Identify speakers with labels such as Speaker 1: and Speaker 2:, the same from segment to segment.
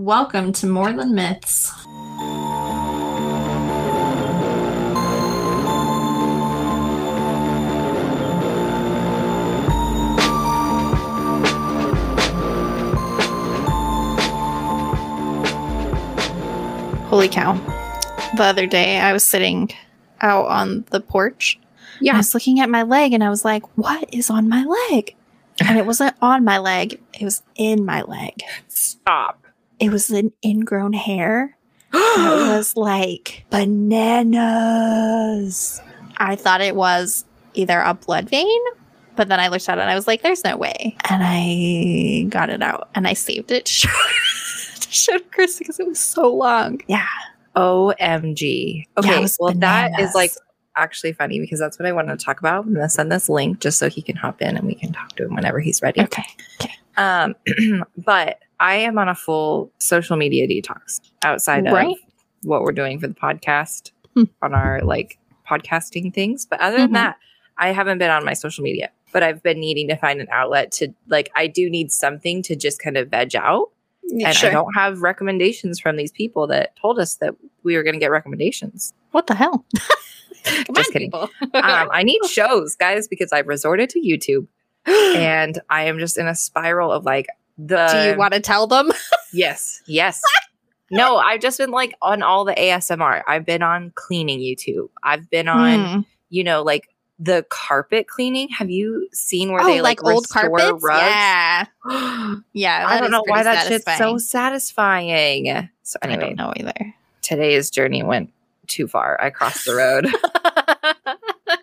Speaker 1: Welcome to Moreland Myths.
Speaker 2: Holy cow. The other day I was sitting out on the porch. and I
Speaker 1: Yeah.
Speaker 2: was looking at my leg and I was like, what is on my leg? And it wasn't on my leg, it was in my leg.
Speaker 3: Stop.
Speaker 2: It was an ingrown hair. and It
Speaker 3: I
Speaker 2: was like bananas. I thought it was either a blood vein, but then I looked at it and I was like, there's no way. And I got it out and I saved it to show, to show to Chris because it was so long. Yeah.
Speaker 3: OMG.
Speaker 2: Yeah, it
Speaker 3: Okay,
Speaker 2: was
Speaker 3: well, that
Speaker 2: bananas.
Speaker 3: is like actually funny because that's what I want to talk about. I'm going to send this link just so he can hop in and we can talk to him whenever he's ready.
Speaker 2: Okay.
Speaker 3: Um, but I am on a full social media detox outside
Speaker 2: Right.
Speaker 3: of what we're doing for the podcast
Speaker 2: Hmm.
Speaker 3: on our like podcasting things. But other
Speaker 2: Mhm.
Speaker 3: than that, I haven't been on my social media, but I've been needing to find an outlet to like, I do need something to just kind of veg out.
Speaker 2: Yeah,
Speaker 3: and I don't have recommendations from these people that told us that we were going to get recommendations.
Speaker 2: What the hell?
Speaker 3: Just kidding. Um, I need shows, guys, because I've resorted to YouTube and I am just in a spiral of like the.
Speaker 2: Do you want to tell them?
Speaker 3: Yes, yes. no, I've just been like on all the ASMR. I've been on cleaning YouTube. I've been on,
Speaker 2: Hmm.
Speaker 3: you know, like the carpet cleaning. Have you seen where
Speaker 2: oh,
Speaker 3: they
Speaker 2: like,
Speaker 3: like,
Speaker 2: old
Speaker 3: restore
Speaker 2: carpets?
Speaker 3: rugs?
Speaker 2: Yeah. Yeah.
Speaker 3: I
Speaker 2: that
Speaker 3: don't
Speaker 2: is
Speaker 3: know why
Speaker 2: pretty
Speaker 3: that shit's so
Speaker 2: satisfying.
Speaker 3: satisfying. So
Speaker 2: I
Speaker 3: anyway,
Speaker 2: don't know either.
Speaker 3: today's journey went too far. I crossed the road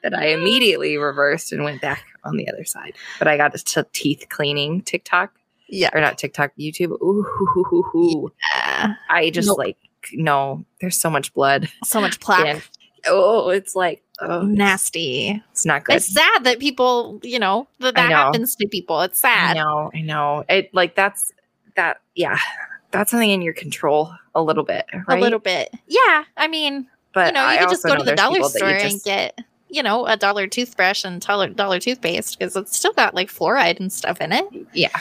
Speaker 3: that I immediately reversed and went back on the other side. But I got to teeth cleaning TikTok
Speaker 2: yeah.
Speaker 3: or not TikTok, YouTube. Ooh, hoo, hoo, hoo, hoo.
Speaker 2: Uh,
Speaker 3: I just
Speaker 2: Nope.
Speaker 3: like no. There's so much blood.
Speaker 2: So much plaque.
Speaker 3: And- oh, it's like oh,
Speaker 2: Nasty.
Speaker 3: it's not good.
Speaker 2: It's sad that people, you know, that that
Speaker 3: I know.
Speaker 2: happens to people. It's
Speaker 3: I
Speaker 2: sad.
Speaker 3: know, I know. It like that's that. Yeah, that's something in your control a little bit, right?
Speaker 2: A little bit. Yeah. I mean,
Speaker 3: but
Speaker 2: you know,
Speaker 3: I
Speaker 2: you could just
Speaker 3: also
Speaker 2: go to
Speaker 3: know
Speaker 2: the
Speaker 3: there's
Speaker 2: dollar
Speaker 3: people that you
Speaker 2: store and
Speaker 3: just-
Speaker 2: get, you know, a dollar toothbrush and dollar, dollar toothpaste because it's still got like fluoride and stuff in it.
Speaker 3: Yeah.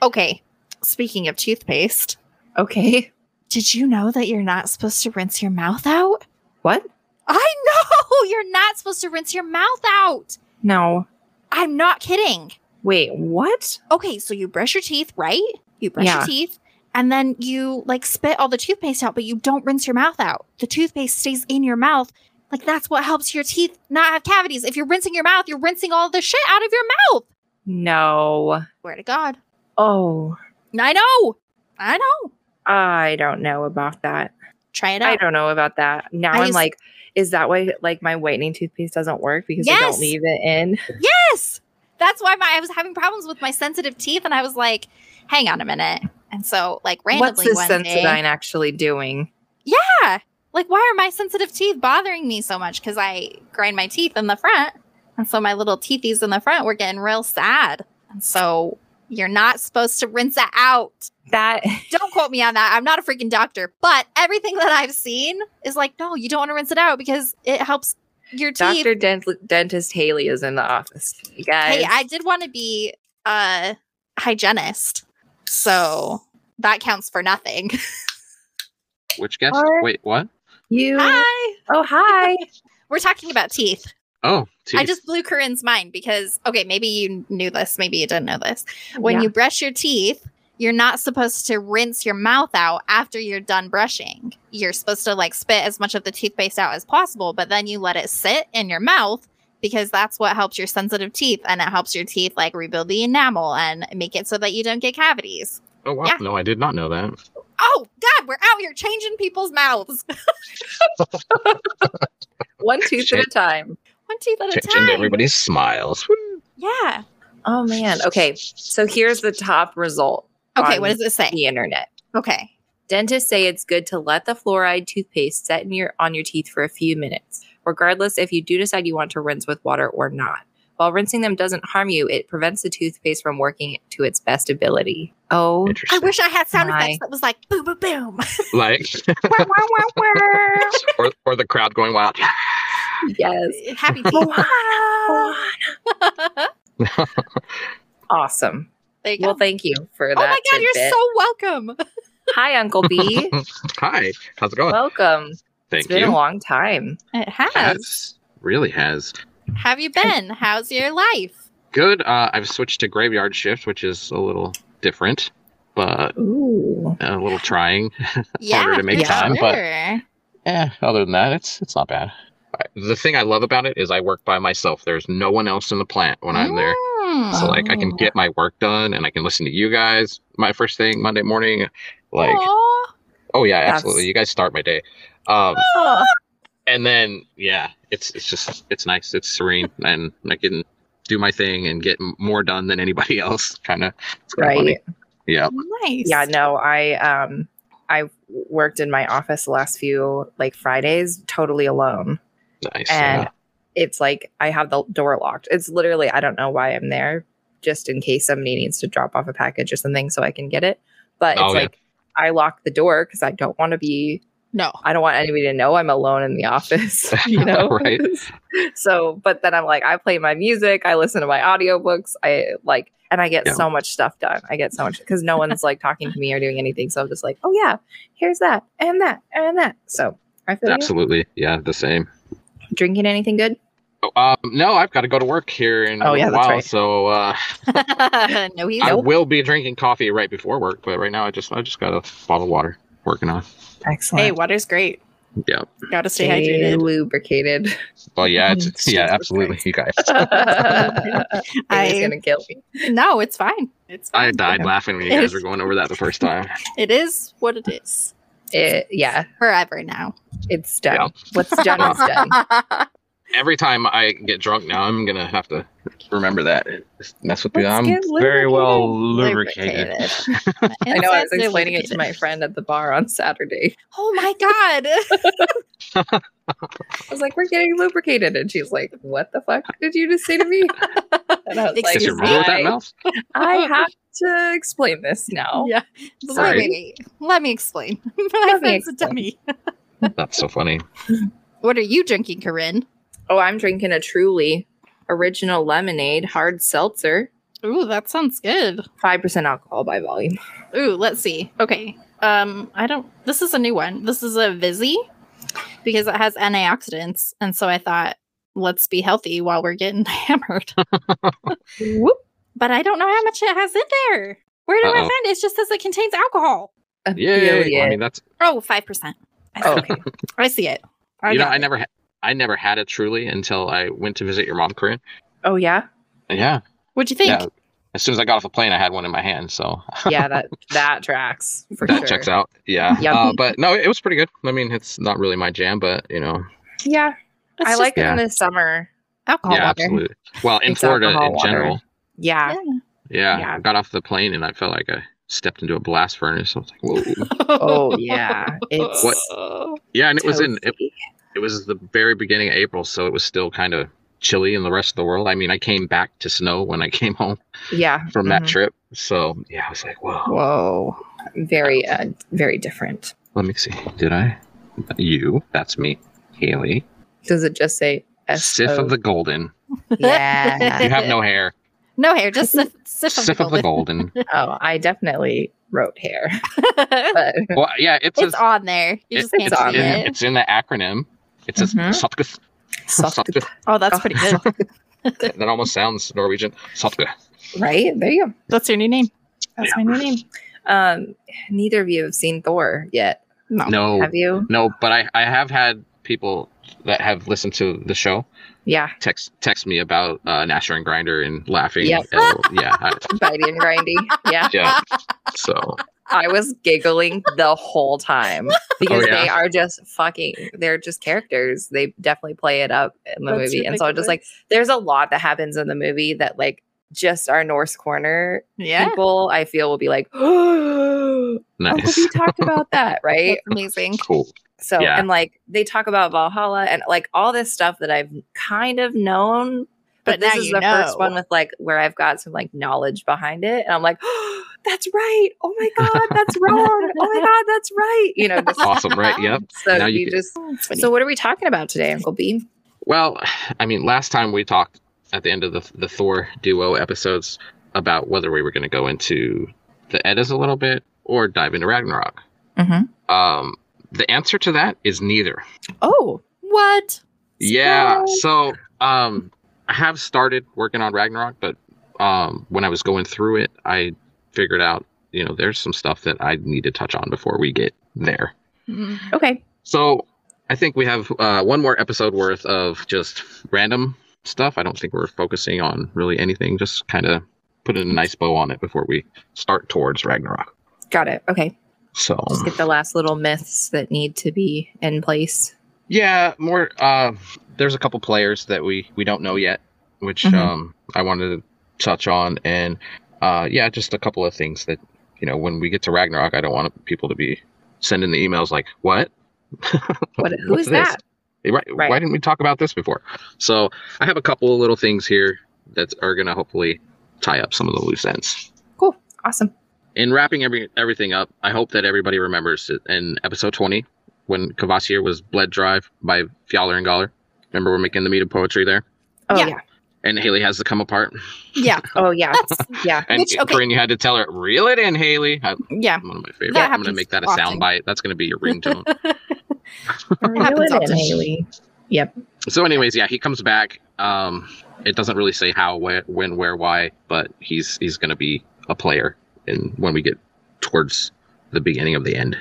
Speaker 2: Okay. Speaking of toothpaste,
Speaker 3: Okay.
Speaker 2: Did you know that you're not supposed to rinse your mouth out?
Speaker 3: What?
Speaker 2: I know you're not supposed to rinse your mouth out.
Speaker 3: No.
Speaker 2: I'm not kidding.
Speaker 3: Wait. What?
Speaker 2: Okay, so you brush your teeth, right? You brush
Speaker 3: Yeah.
Speaker 2: your teeth and then you like spit all the toothpaste out, but you don't rinse your mouth out. The toothpaste stays in your mouth. Like that's what helps your teeth not have cavities. If you're rinsing your mouth, you're rinsing all the shit out of your mouth.
Speaker 3: No.
Speaker 2: Swear to God.
Speaker 3: Oh,
Speaker 2: I know. I know.
Speaker 3: I don't know about that.
Speaker 2: Try it
Speaker 3: I
Speaker 2: out.
Speaker 3: don't know about that. Now
Speaker 2: I
Speaker 3: I am
Speaker 2: used-
Speaker 3: like, is that why like my whitening toothpaste doesn't work because I
Speaker 2: Yes.
Speaker 3: don't leave it in?
Speaker 2: Yes. That's why my I was having problems with my sensitive teeth, and I was like, hang on a minute. And so, like,
Speaker 3: What's
Speaker 2: randomly
Speaker 3: this
Speaker 2: one day,
Speaker 3: Sensodyne actually doing?
Speaker 2: like, why are my sensitive teeth bothering me so much? Because I grind my teeth in the front. And so my little teethies in the front were getting real sad. And so you're not supposed to rinse it out.
Speaker 3: That
Speaker 2: Don't quote me on that. I'm not a freaking doctor, but everything that I've seen is like, no, you don't want to rinse it out because it helps your teeth
Speaker 3: Doctor Dent- Dentist Haley is in the office, you guys.
Speaker 2: Hey, I did want to be a hygienist, so that counts for nothing.
Speaker 4: Which guest?
Speaker 3: Or-
Speaker 4: Wait, what?
Speaker 3: you.
Speaker 2: Hi,
Speaker 3: Oh, hi.
Speaker 2: we're talking about teeth. I
Speaker 4: Oh, teeth.
Speaker 2: just blew Corinne's mind because okay, maybe you knew this, maybe you didn't know this. When
Speaker 3: Yeah.
Speaker 2: you brush your teeth, you're not supposed to rinse your mouth out after you're done brushing. You're supposed to like spit as much of the toothpaste out as possible, but then you let it sit in your mouth because that's what helps your sensitive teeth and it helps your teeth like rebuild the enamel and make it so that you don't get cavities.
Speaker 4: oh wow,
Speaker 2: yeah.
Speaker 4: no, I did not know that.
Speaker 2: Oh God, we're out here changing people's mouths
Speaker 3: One tooth at a time.
Speaker 2: one teeth at a
Speaker 4: Changing
Speaker 2: time.
Speaker 4: everybody's smiles. Woo.
Speaker 2: Yeah.
Speaker 3: Oh man. Okay. So here's the top result
Speaker 2: Okay.
Speaker 3: On
Speaker 2: what does it say?
Speaker 3: the internet.
Speaker 2: Okay.
Speaker 3: Dentists say it's good to let the fluoride toothpaste set in your, on your teeth for a few minutes, regardless if you do decide you want to rinse with water or not. While rinsing them doesn't harm you, it prevents the toothpaste from working to its best ability. Oh,
Speaker 2: I
Speaker 4: Interesting.
Speaker 2: wish I had sound effects
Speaker 3: My-
Speaker 2: that was like boom, boom, boom.
Speaker 4: like, or, or the crowd going wild.
Speaker 3: yes.
Speaker 2: Happy teeth.
Speaker 3: awesome.
Speaker 2: there you go.
Speaker 3: Well, thank you for
Speaker 2: oh
Speaker 3: that.
Speaker 2: my God, you're
Speaker 3: tidbit.
Speaker 2: so welcome.
Speaker 3: Hi, Uncle B.
Speaker 4: Hi, how's it going?
Speaker 3: Welcome. it's
Speaker 4: Thank
Speaker 3: been
Speaker 4: you.
Speaker 3: a long time.
Speaker 2: It has.
Speaker 4: Yes, really has.
Speaker 2: Have you been? How's your life?
Speaker 4: Good. Uh, I've switched to graveyard shift, which is a little different, but
Speaker 3: Ooh.
Speaker 4: a little trying.
Speaker 2: Yeah,
Speaker 4: to make
Speaker 2: for
Speaker 4: time, but-
Speaker 2: sure.
Speaker 4: Eh, other than that, it's it's not bad. I- The thing I love about it is I work by myself. There's no one else in the plant when I'm there.
Speaker 2: Mm.
Speaker 4: So like I can
Speaker 3: Oh.
Speaker 4: get my work done and I can listen to you guys my first thing Monday morning. Like
Speaker 2: Aw.
Speaker 4: oh yeah,
Speaker 3: That's-
Speaker 4: absolutely. You guys start my day. Um
Speaker 3: Oh,
Speaker 4: and then yeah, it's it's just it's nice. It's serene and I can do my thing and get m- more done than anybody else kind of
Speaker 3: right.
Speaker 4: yeah.
Speaker 2: nice.
Speaker 3: Yeah, no, I um I worked in my office the last few like Fridays totally alone.
Speaker 4: Nice.
Speaker 3: And
Speaker 4: yeah.
Speaker 3: it's like I have the door locked. It's literally I don't know why I'm there, just in case somebody needs to drop off a package or something so I can get it. But it's
Speaker 4: Oh, yeah.
Speaker 3: like I lock the door because I don't want to be
Speaker 2: no.
Speaker 3: I don't want anybody to know I'm alone in the office, you know?
Speaker 4: Right.
Speaker 3: so, but then I'm like, I play my music, I listen to my audiobooks, I like, and I get
Speaker 4: Yeah.
Speaker 3: so much stuff done. I get so much because no one's like talking to me or doing anything. So I'm just like, oh yeah, here's that and that and that. So I feel you.
Speaker 4: Absolutely. Yeah, the same.
Speaker 3: Drinking anything good?
Speaker 4: Oh, um, no, I've got to go to work here in
Speaker 3: Oh,
Speaker 4: a
Speaker 3: yeah,
Speaker 4: little
Speaker 3: that's
Speaker 4: while,
Speaker 3: right.
Speaker 4: so uh,
Speaker 2: no, he's
Speaker 4: I will be drinking coffee right before work. But right now, I just I just got a bottle of water working on.
Speaker 3: Excellent.
Speaker 5: Hey, water's great.
Speaker 4: Yeah.
Speaker 5: Gotta stay
Speaker 3: Stay
Speaker 5: hydrated.
Speaker 3: lubricated.
Speaker 4: Well, yeah, it's, it's- yeah,
Speaker 3: Jesus
Speaker 4: absolutely, you guys.
Speaker 3: It's
Speaker 2: I-
Speaker 3: gonna kill me.
Speaker 2: no, it's fine.
Speaker 5: It's
Speaker 4: I
Speaker 5: fine.
Speaker 4: died laughing when you guys were going over that the first time.
Speaker 2: It is what it is.
Speaker 3: It, yeah,
Speaker 2: Forever now.
Speaker 3: it's done.
Speaker 4: Yeah.
Speaker 3: What's done is done.
Speaker 4: Every time I get drunk now, I'm gonna have to remember that. Just Mess with me.
Speaker 3: Let's
Speaker 4: I'm
Speaker 3: get
Speaker 4: very well lubricated.
Speaker 2: Lubricated.
Speaker 3: I know I was explaining it to my friend at the bar on Saturday.
Speaker 2: Oh my god.
Speaker 3: I was like, "We're getting lubricated," and she's like, "What the fuck did you just say to me?" and I was like,
Speaker 4: Is
Speaker 2: Excuse
Speaker 4: your mother with that
Speaker 3: I,
Speaker 4: mouth?
Speaker 3: I have to explain this now.
Speaker 2: yeah.
Speaker 4: Sorry.
Speaker 2: Wait, wait, wait. Let me explain. my
Speaker 3: Let me
Speaker 2: friend's
Speaker 3: explain.
Speaker 2: a dummy.
Speaker 4: That's so funny.
Speaker 2: What are you drinking, Corinne?
Speaker 3: Oh, I'm drinking a Truly original lemonade hard seltzer,
Speaker 2: Ooh, that sounds good.
Speaker 3: five percent alcohol by volume.
Speaker 2: Ooh, let's see. Okay. Um, I don't. This is a new one. This is a Vizzy because it has antioxidants, and so I thought, let's be healthy while we're getting hammered.
Speaker 3: Whoop.
Speaker 2: But I don't know how much it has in there. Where do I
Speaker 4: Uh-oh.
Speaker 2: find it? It just says it contains alcohol.
Speaker 3: A
Speaker 4: Yay! Well, I
Speaker 3: billion.
Speaker 4: mean, that's
Speaker 2: Oh, 5%. I see,
Speaker 3: Oh, okay.
Speaker 2: I see it. I
Speaker 4: you know,
Speaker 2: got
Speaker 4: I
Speaker 2: it.
Speaker 4: never, ha- I never had it truly until I went to visit your mom, Corinne.
Speaker 3: Oh yeah,
Speaker 4: Yeah,
Speaker 2: What'd you think?
Speaker 4: yeah. As soon as I got off the plane, I had one in my hand, so
Speaker 3: yeah. That that tracks for
Speaker 4: that
Speaker 3: sure.
Speaker 4: checks out. Yeah,
Speaker 3: Yum.
Speaker 4: uh, but no, it was pretty good. I mean, it's not really my jam, but you know,
Speaker 3: Yeah,
Speaker 2: It's
Speaker 3: I
Speaker 2: just
Speaker 3: like it
Speaker 4: Yeah.
Speaker 3: in the summer.
Speaker 2: alcohol
Speaker 4: yeah,
Speaker 2: water.
Speaker 4: absolutely. Well, in
Speaker 3: It's
Speaker 4: Florida
Speaker 3: alcohol
Speaker 4: in
Speaker 3: water.
Speaker 4: general,
Speaker 3: Yeah,
Speaker 2: Yeah.
Speaker 4: yeah,
Speaker 3: Yeah.
Speaker 4: I got off the plane and I felt like I stepped into a blast furnace. I was like, whoa,
Speaker 3: Oh yeah. It's
Speaker 4: What- yeah, and it was in it,
Speaker 3: toasty.
Speaker 4: it was the very beginning of April, so it was still kind of chilly in the rest of the world. I mean, I came back to snow when I came home
Speaker 3: yeah
Speaker 4: from
Speaker 3: mhm.
Speaker 4: that trip, so yeah, I was like, whoa.
Speaker 3: Whoa. Very uh very different.
Speaker 4: Let me see, did I? You, that's me, Haley,
Speaker 3: Does it just say S
Speaker 4: Sif
Speaker 3: O-
Speaker 4: of the Golden.
Speaker 3: Yeah.
Speaker 4: You have no hair.
Speaker 2: No hair, just sip, sip,
Speaker 4: Sif of the Golden.
Speaker 3: oh, I definitely wrote hair.
Speaker 2: golden.
Speaker 3: But
Speaker 4: Well, yeah, it's
Speaker 2: it's on there. You just can't
Speaker 4: it's,
Speaker 2: see
Speaker 4: in,
Speaker 2: it.
Speaker 4: it's in the acronym. It's a
Speaker 3: Mhm.
Speaker 4: Saltgø-
Speaker 3: Saltgø-
Speaker 4: Saltgø-
Speaker 2: Oh, that's pretty good.
Speaker 4: That almost sounds Norwegian. Saltgø.
Speaker 3: right? There you go.
Speaker 2: That's your new name.
Speaker 5: That's my new name.
Speaker 3: Um neither of you have seen Thor yet.
Speaker 2: No.
Speaker 4: No,
Speaker 3: Have you?
Speaker 4: no, but I, I have had people that have listened to the show
Speaker 3: Yeah.
Speaker 4: text text me about uh, Nasher and Grinder and laughing.
Speaker 3: Yep.
Speaker 4: at- yeah, I,
Speaker 3: Bitey and grindy. Yeah.
Speaker 4: yeah. So
Speaker 3: I was giggling the whole time. Because
Speaker 4: Oh, yeah.
Speaker 3: they are just fucking they're just characters. They definitely play it up in the
Speaker 5: That's
Speaker 3: movie. And so I'm just like, there's a lot that happens in the movie that like just our Norse corner
Speaker 2: Yeah.
Speaker 3: people I feel will be like, oh, Uncle
Speaker 4: nice,
Speaker 3: B talked about that, right?
Speaker 2: That's amazing.
Speaker 4: cool.
Speaker 3: So
Speaker 4: Yeah.
Speaker 3: and like they talk about Valhalla and like all this stuff that I've kind of known,
Speaker 2: But
Speaker 3: but,
Speaker 2: now
Speaker 3: this is
Speaker 2: you
Speaker 3: the first
Speaker 2: know.
Speaker 3: one with like where I've got some like knowledge behind it, and I'm like, oh, that's right. Oh my god, that's wrong. Oh my god, that's right. You know, just,
Speaker 4: Awesome, right? Yep.
Speaker 3: so
Speaker 4: Now
Speaker 3: you,
Speaker 4: you can-
Speaker 3: just.
Speaker 2: That's funny.
Speaker 3: So what are we talking about today, Uncle B?
Speaker 4: Well, I mean, last time we talked at the end of the the Thor duo episodes about whether we were going to go into the Eddas a little bit or dive into Ragnarok?
Speaker 3: Mhm.
Speaker 4: Um, the answer to that is neither.
Speaker 3: Oh,
Speaker 2: What?
Speaker 4: Yeah. So um, I have started working on Ragnarok, but um, when I was going through it, I figured out, you know, there's some stuff that I need to touch on before we get there.
Speaker 3: okay.
Speaker 4: So I think we have uh, one more episode worth of just random stuff. I don't think we're focusing on really anything, just kind of putting a nice bow on it before we start towards Ragnarok.
Speaker 3: Got it. Okay.
Speaker 4: So
Speaker 3: Just get the last little myths that need to be in place.
Speaker 4: Yeah, more. Uh, there's a couple players that we we don't know yet, which
Speaker 3: Mhm.
Speaker 4: um, I wanted to touch on, and uh, yeah, just a couple of things that you know when we get to Ragnarok, I don't want people to be sending the emails like, "What?
Speaker 3: What, who
Speaker 4: What's
Speaker 3: is that?
Speaker 4: This? Right,
Speaker 3: Right.
Speaker 4: Why didn't we talk about this before?" So I have a couple of little things here that are gonna hopefully tie up some of the loose ends.
Speaker 3: Awesome.
Speaker 4: In wrapping every everything up, I hope that everybody remembers it in episode 20 when Cavassier was bled drive by Fowler and Galler. Remember, we're making the meat of poetry there,
Speaker 3: Oh, yeah.
Speaker 2: Yeah.
Speaker 4: and Haley has to come apart.
Speaker 2: Yeah.
Speaker 3: Oh, yeah.
Speaker 2: That's
Speaker 3: yeah.
Speaker 4: And
Speaker 2: Which, okay.
Speaker 4: Corinne, you had to tell her, reel it in, Haley. I,
Speaker 2: yeah.
Speaker 4: one of my favorite.
Speaker 2: That
Speaker 4: I'm gonna
Speaker 2: happens
Speaker 4: make that a
Speaker 2: often.
Speaker 4: soundbite. That's gonna be your ringtone.
Speaker 2: Happens
Speaker 3: Really,
Speaker 2: often.
Speaker 3: Haley? Yep.
Speaker 4: so, anyways, yeah, he comes back. Um, it doesn't really say how, where, when, where, why, but he's he's gonna be a player, in when we get towards the beginning of the end.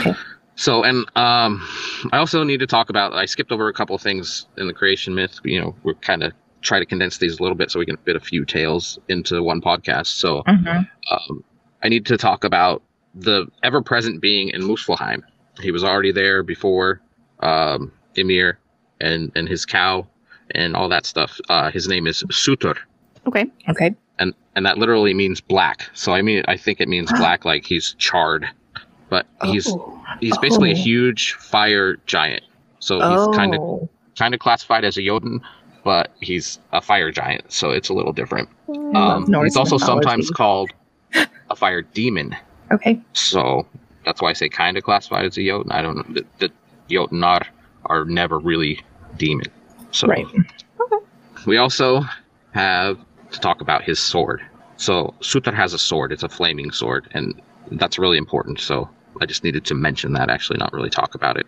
Speaker 3: Okay.
Speaker 4: So, and um, I also need to talk about. I skipped over a couple of things in the creation myth. You know, we're kind of try to condense these a little bit so we can fit a few tales into one podcast. So,
Speaker 3: Mhm.
Speaker 4: um, I need to talk about the ever present being in Muspelheim. He was already there before um, Emir and, and his cow and all that stuff. Uh, his name is Sutur,
Speaker 2: Okay.
Speaker 3: Okay.
Speaker 4: and, and that literally means black. So I mean, I think it means black, like he's charred, but he's he's basically a
Speaker 3: Oh.
Speaker 4: huge fire giant. So he's kind of
Speaker 3: Oh.
Speaker 4: kind of classified as a Jotun, but he's a fire giant, so it's a little different.
Speaker 3: love
Speaker 4: Um,
Speaker 3: Norse
Speaker 4: he's also sometimes
Speaker 3: mythology.
Speaker 4: called a fire demon.
Speaker 3: Okay.
Speaker 4: So that's why I say kind of classified as a Jotun. I don't know. The, the Jotun are, are never really demon. So
Speaker 3: Right.
Speaker 4: we also have to talk about his sword. So Sutar has a sword. It's a flaming sword, and that's really important. So I just needed to mention that, actually, not really talk about it.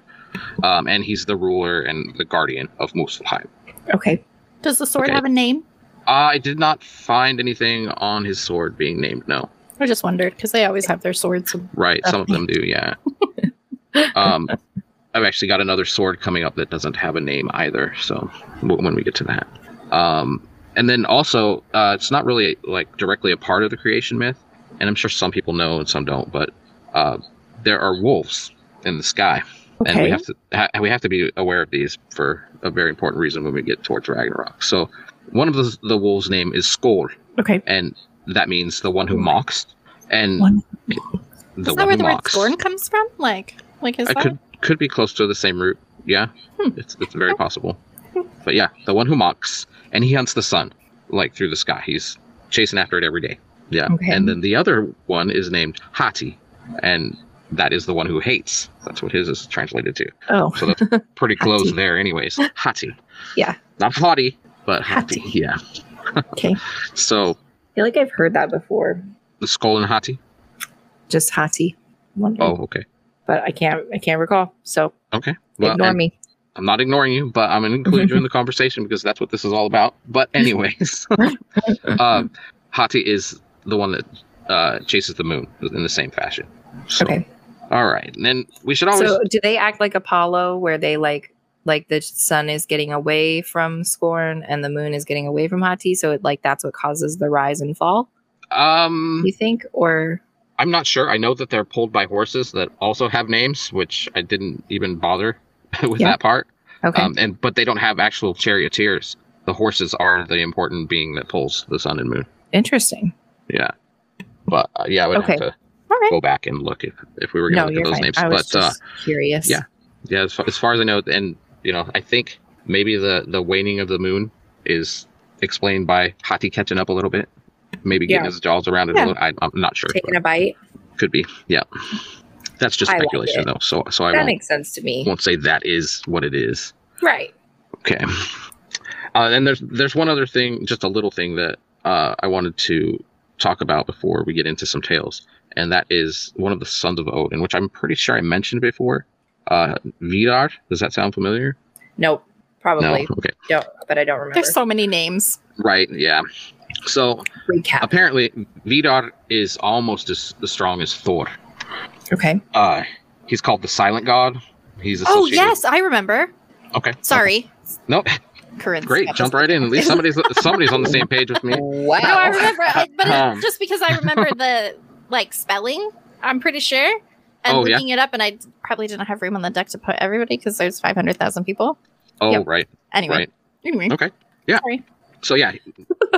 Speaker 4: Um, and he's the ruler and the guardian of Muspelheim.
Speaker 3: Okay.
Speaker 2: Does the sword
Speaker 4: Okay.
Speaker 2: have a name?
Speaker 4: I did not find anything on his sword being named. No.
Speaker 5: I just wondered because they always have their swords. And-
Speaker 4: Right. Some of them do, yeah. um, I've actually got another sword coming up that doesn't have a name either. So w- when we get to that. Um, and then also, uh, it's not really like directly a part of the creation myth. And I'm sure some people know and some don't, but uh, there are wolves in the sky. And we
Speaker 3: Okay.
Speaker 4: have to ha- we have to be aware of these for a very important reason when we get towards Ragnarok. So one of the, the wolves' name is Skor,
Speaker 5: okay.
Speaker 4: and that means the one who mocks. And
Speaker 1: One-
Speaker 4: the
Speaker 2: Is
Speaker 4: one
Speaker 2: that where
Speaker 4: who
Speaker 2: the word
Speaker 4: mocks.
Speaker 2: scorn comes from? Like, like is Hmm. that?
Speaker 4: I could could be close to the same root. Yeah, it's it's very possible. But yeah, the one who mocks and he hunts the sun like through the sky. He's chasing after it every day. Yeah,
Speaker 3: Okay.
Speaker 4: and then the other one is named Hati, and that is the one who hates. That's what his is translated to.
Speaker 3: Oh.
Speaker 4: So that's pretty close
Speaker 3: Hati.
Speaker 4: there, anyways. Hati.
Speaker 3: Yeah.
Speaker 4: Not haughty, but Hati.
Speaker 3: Hati.
Speaker 4: Yeah.
Speaker 3: Okay.
Speaker 4: So
Speaker 3: I feel like I've heard that before.
Speaker 4: the skull and Hati.
Speaker 3: Just Hati. Wondering.
Speaker 4: Oh, okay.
Speaker 3: But I can't. I can't recall. So
Speaker 4: Okay. Well,
Speaker 3: ignore
Speaker 4: and-
Speaker 3: me.
Speaker 4: I'm not ignoring you, but I'm going to include you in the conversation because that's what this is all about. But anyways, um, Hati is the one that uh, chases the moon in the same fashion. So,
Speaker 3: Okay.
Speaker 4: All right. And then we should always.
Speaker 3: so do they act like Apollo, where they like like the sun is getting away from Scorn and the moon is getting away from Hati, so it like that's what causes the rise and fall.
Speaker 4: um,
Speaker 3: You think, or
Speaker 4: I'm not sure. I know that they're pulled by horses that also have names, which I didn't even bother with
Speaker 3: Yeah.
Speaker 4: that part.
Speaker 3: okay,
Speaker 4: Um, and but they don't have actual charioteers. The horses are the important being that pulls the sun and moon.
Speaker 3: interesting.
Speaker 4: Yeah. But uh, yeah, I would
Speaker 3: Okay.
Speaker 4: have to
Speaker 3: All right.
Speaker 4: go back and look if, if we were going
Speaker 3: No,
Speaker 4: to look
Speaker 3: you're
Speaker 4: at those
Speaker 3: fine.
Speaker 4: names.
Speaker 3: I was
Speaker 4: But uh,
Speaker 3: just curious.
Speaker 4: yeah. yeah, as far, as far as I know, and you know, I think maybe the the waning of the moon is explained by Hati catching up a little bit, maybe getting
Speaker 3: Yeah.
Speaker 4: his jaws around it.
Speaker 3: Yeah.
Speaker 4: A little, I, I'm not sure.
Speaker 3: Taking a bite.
Speaker 4: but Could be. Yeah, that's just
Speaker 3: I like
Speaker 4: speculation
Speaker 3: it.
Speaker 4: though. So so I
Speaker 3: That
Speaker 4: won't,
Speaker 3: makes sense to me.
Speaker 4: won't say that is what it is.
Speaker 3: Right.
Speaker 4: Okay. Uh, and there's there's one other thing, just a little thing that uh, I wanted to talk about before we get into some tales, and that is one of the sons of Odin, which I'm pretty sure I mentioned before. Uh, Vidar, does that sound familiar?
Speaker 3: Nope. Probably.
Speaker 4: No. Okay.
Speaker 3: Don't, but I don't remember.
Speaker 2: There's so many names.
Speaker 4: Right. Yeah. So
Speaker 3: Recap.
Speaker 4: apparently, Vidar is almost as, as strong as Thor.
Speaker 3: Okay.
Speaker 4: Uh, he's called the Silent God. He's
Speaker 2: Oh
Speaker 4: associated-
Speaker 2: yes, I remember.
Speaker 4: Okay.
Speaker 2: Sorry,
Speaker 4: Nope.
Speaker 2: Corinth.
Speaker 4: Great.
Speaker 2: got
Speaker 4: Jump
Speaker 2: us.
Speaker 4: right in. At least somebody's somebody's on the same page with me.
Speaker 3: Wow.
Speaker 2: No, I remember, I, but
Speaker 4: Um.
Speaker 2: it, just because I remember the like spelling, I'm pretty sure. And
Speaker 4: Oh, yeah.
Speaker 2: looking it up, and I d- probably didn't have room on the deck to put everybody because there's 500,000 people.
Speaker 4: Oh,
Speaker 2: Yep.
Speaker 4: right.
Speaker 2: Anyway,
Speaker 4: Right.
Speaker 2: anyway.
Speaker 4: Okay. Yeah.
Speaker 2: Sorry.
Speaker 4: So yeah,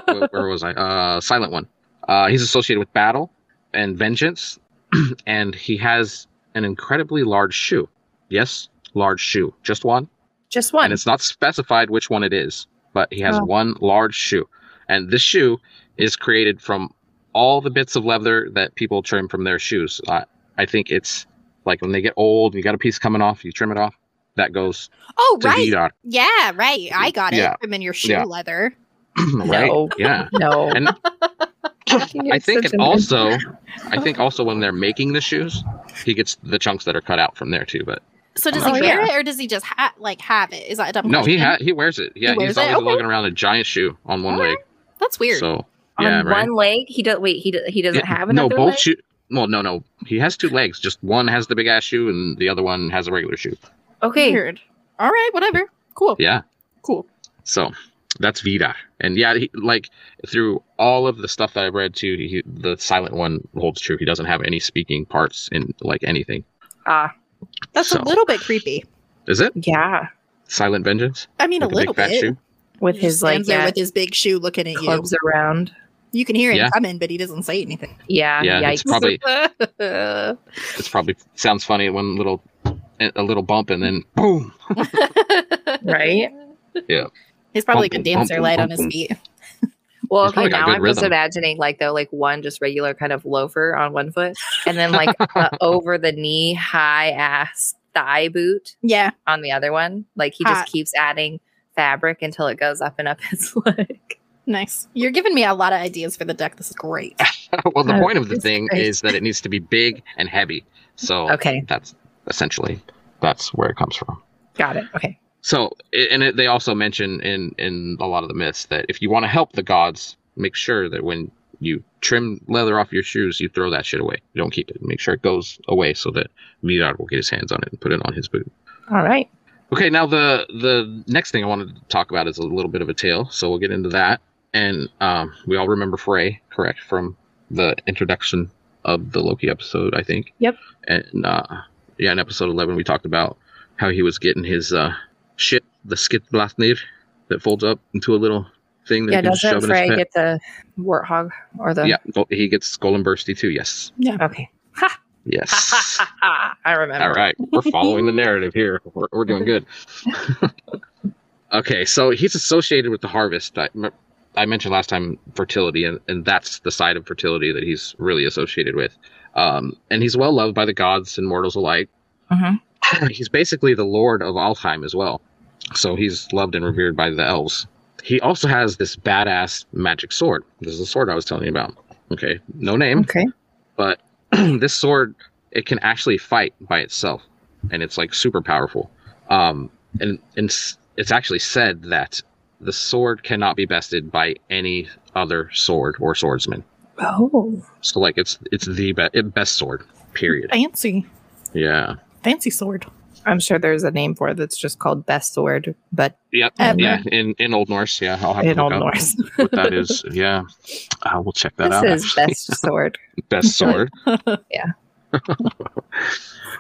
Speaker 4: where, where was I? Uh, Silent One. Uh, he's associated with battle and vengeance, and he has an incredibly large shoe. Yes, large shoe, just one,
Speaker 3: Just
Speaker 4: and
Speaker 3: one.
Speaker 4: it's not specified which one it is, but he has
Speaker 3: Oh.
Speaker 4: one large shoe, and this shoe is created from all the bits of leather that people trim from their shoes. I, I think it's like when they get old, you got a piece coming off, you trim it off. That goes
Speaker 2: Oh,
Speaker 4: to
Speaker 2: right.
Speaker 4: Vidar,
Speaker 2: Yeah, right. I got it.
Speaker 4: uh, Yeah.
Speaker 2: I'm in your shoe
Speaker 4: Yeah.
Speaker 2: leather.
Speaker 4: right?
Speaker 3: No.
Speaker 4: Yeah.
Speaker 3: No.
Speaker 4: And I
Speaker 3: You're
Speaker 4: think
Speaker 3: such
Speaker 4: it
Speaker 3: a man.
Speaker 4: also, I think also when they're making the shoes, he gets the chunks that are cut out from there too. But
Speaker 2: So does
Speaker 3: Oh,
Speaker 2: he wear
Speaker 3: yeah.
Speaker 2: it or does he just ha- like have it? Is that a dumb
Speaker 4: no, he
Speaker 2: question?
Speaker 4: ha- he wears it. Yeah,
Speaker 2: wears
Speaker 4: he's
Speaker 2: it?
Speaker 4: always
Speaker 2: Okay.
Speaker 4: lugging around a giant shoe on one
Speaker 2: Alright,
Speaker 4: leg.
Speaker 2: That's weird.
Speaker 4: So
Speaker 3: on
Speaker 4: yeah, right.
Speaker 3: one leg, he does. Wait, he do, he doesn't
Speaker 4: Yeah,
Speaker 3: have
Speaker 4: no
Speaker 3: another
Speaker 4: both
Speaker 3: leg.
Speaker 4: shoe. Well, no, no, he has two legs. Just one has the big ass shoe, and the other one has a regular shoe.
Speaker 2: Oh.
Speaker 3: okay.
Speaker 2: Weird. All right, whatever. Cool.
Speaker 4: Yeah.
Speaker 2: Cool.
Speaker 4: So that's Vida, and yeah, he, like through all of the stuff that I've read too, he, the silent one holds true. He doesn't have any speaking parts in like anything.
Speaker 3: Ah,
Speaker 2: That's
Speaker 4: So-
Speaker 2: a little bit creepy.
Speaker 4: Is it
Speaker 3: yeah.
Speaker 4: silent vengeance?
Speaker 2: I mean, a
Speaker 4: With the big
Speaker 2: little
Speaker 4: fat
Speaker 2: bit.
Speaker 4: shoe?
Speaker 3: With
Speaker 2: He
Speaker 3: his
Speaker 2: just
Speaker 3: like
Speaker 2: stands there
Speaker 3: yeah,
Speaker 2: with his big shoe looking at you.
Speaker 3: clubs around.
Speaker 2: You can hear him
Speaker 4: Yeah.
Speaker 2: coming, but he doesn't say anything.
Speaker 3: Yeah.
Speaker 4: Yeah, it's
Speaker 3: yikes.
Speaker 4: probably- it's probably sounds funny one little a little bump and then boom
Speaker 3: right.
Speaker 2: He's probably
Speaker 4: Bum,
Speaker 2: a
Speaker 4: bum, bum,
Speaker 2: dancer
Speaker 4: bum,
Speaker 2: light
Speaker 4: bum,
Speaker 2: on his
Speaker 4: bum.
Speaker 2: feet.
Speaker 3: Well,
Speaker 4: He's
Speaker 3: okay.
Speaker 4: probably got
Speaker 3: Now
Speaker 4: good
Speaker 3: I'm just
Speaker 4: rhythm.
Speaker 3: imagining like though, like one just regular kind of loafer on one foot, and then like a over the knee high ass thigh boot
Speaker 2: Yeah.
Speaker 3: on the other one. Like he
Speaker 2: Hot.
Speaker 3: just keeps adding fabric until it goes up and up his leg.
Speaker 2: Nice. You're giving me a lot of ideas for the deck. This is great.
Speaker 4: well the
Speaker 3: Oh,
Speaker 4: point of the
Speaker 3: Jesus
Speaker 4: thing
Speaker 3: Christ.
Speaker 4: is that it needs to be big and heavy so
Speaker 3: Okay,
Speaker 4: that's essentially that's where it comes from
Speaker 3: got it. Okay.
Speaker 4: so i- and it, they also mention in in a lot of the myths that if you want to help the gods make sure that when you trim leather off your shoes you throw that shit away you don't keep it make sure it goes away so that Midar will get his hands on it and put it on his boot
Speaker 3: All right.
Speaker 4: Okay, now the the next thing I wanted to talk about is a little bit of a tale, so we'll get into that. And um, we all remember Frey, correct, from the introduction of the Loki episode, I think.
Speaker 3: Yep.
Speaker 4: And uh, yeah, in episode eleven, we talked about how he was getting his uh, ship, the Skidblathnir, that folds up into a little thing that
Speaker 3: Yeah.
Speaker 4: he can shove
Speaker 3: Doesn't
Speaker 4: in his
Speaker 3: Frey uh,
Speaker 4: pants.
Speaker 3: get the warthog or the?
Speaker 4: Yeah, go- he gets skull and bursty too. Yes,
Speaker 3: Okay.
Speaker 4: yes.
Speaker 3: I remember.
Speaker 4: All right, we're following the narrative here. We're, we're doing good. okay, so he's associated with the harvest. I, I mentioned last time fertility, and, and that's the side of fertility that he's really associated with. Um, and he's well loved by the gods and mortals alike.
Speaker 3: Mhm.
Speaker 4: he's basically the lord of Alfheim as well. So he's loved and revered by the elves. He also has this badass magic sword. This is the sword I was telling you about. Okay, no name
Speaker 3: Okay.
Speaker 4: but this sword it can actually fight by itself and it's like super powerful um and, and s- it's actually said that the sword cannot be bested by any other sword or swordsman
Speaker 3: Oh.
Speaker 4: so like it's it's the be- it- best sword period
Speaker 5: Fancy.
Speaker 4: yeah
Speaker 5: Fancy sword.
Speaker 3: I'm sure there's a name for it that's just called best sword, but
Speaker 4: yep
Speaker 5: Ever.
Speaker 4: yeah in in old norse yeah i'll have
Speaker 3: in
Speaker 4: to
Speaker 3: Old
Speaker 4: look up
Speaker 3: Norse.
Speaker 4: what that is yeah uh, we'll check that
Speaker 3: this
Speaker 4: out
Speaker 3: is
Speaker 4: actually.
Speaker 3: best sword.
Speaker 4: best sword.
Speaker 3: Yeah.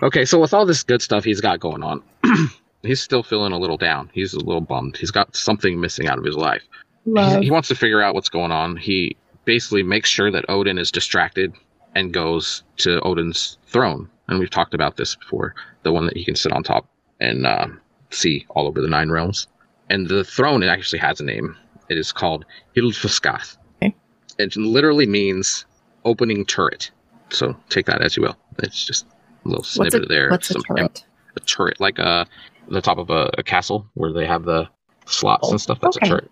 Speaker 4: okay, so with all this good stuff he's got going on, he's still feeling a little down. He's a little bummed. He's got something missing out of his life. He,
Speaker 5: Love.
Speaker 4: he wants to figure out what's going on. He basically makes sure that Odin is distracted and goes to Odin's throne. And we've talked about this before the one that he can sit on top and uh, see all over the nine realms. And the throne it actually has a name. It is called Ilfscath.
Speaker 5: Okay.
Speaker 4: It literally means opening turret. So take that as you will. It's just a little
Speaker 3: What's
Speaker 4: snippet
Speaker 3: a,
Speaker 4: there. of
Speaker 3: what's a
Speaker 4: some-
Speaker 3: turret?
Speaker 4: a turret, like uh, the top of a, a castle where they have the slots and stuff. That's
Speaker 3: Okay.
Speaker 4: a turret.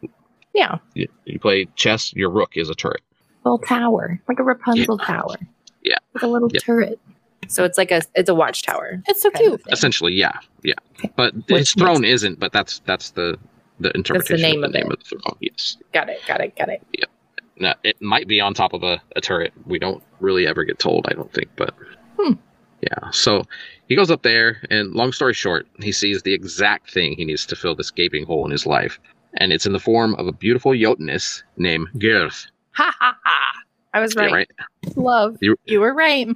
Speaker 3: Yeah.
Speaker 4: You, you play chess, your rook is a turret.
Speaker 3: Little tower. Like a Rapunzel tower.
Speaker 4: Yeah.
Speaker 5: With a little
Speaker 4: Yeah.
Speaker 5: turret.
Speaker 3: So it's like a it's a watchtower.
Speaker 5: It's so
Speaker 3: Kind of
Speaker 5: cute.
Speaker 3: thing.
Speaker 4: Essentially, yeah, yeah. But
Speaker 5: Which
Speaker 4: its throne isn't. But that's that's the the interpretation
Speaker 3: name
Speaker 4: of
Speaker 3: of
Speaker 4: the name
Speaker 3: it.
Speaker 4: of the throne. Yes.
Speaker 3: Got it. Got it. Got it.
Speaker 4: Now, it might be on top of a, a turret. We don't really ever get told, I don't think, but
Speaker 3: Hmm.
Speaker 4: yeah. So he goes up there, and long story short, he sees the exact thing he needs to fill this gaping hole in his life. And it's in the form of a beautiful Jotness named Girth.
Speaker 3: Ha ha ha! I was
Speaker 4: Yeah,
Speaker 3: right.
Speaker 4: right?
Speaker 5: Love.
Speaker 4: You-
Speaker 5: You, were right.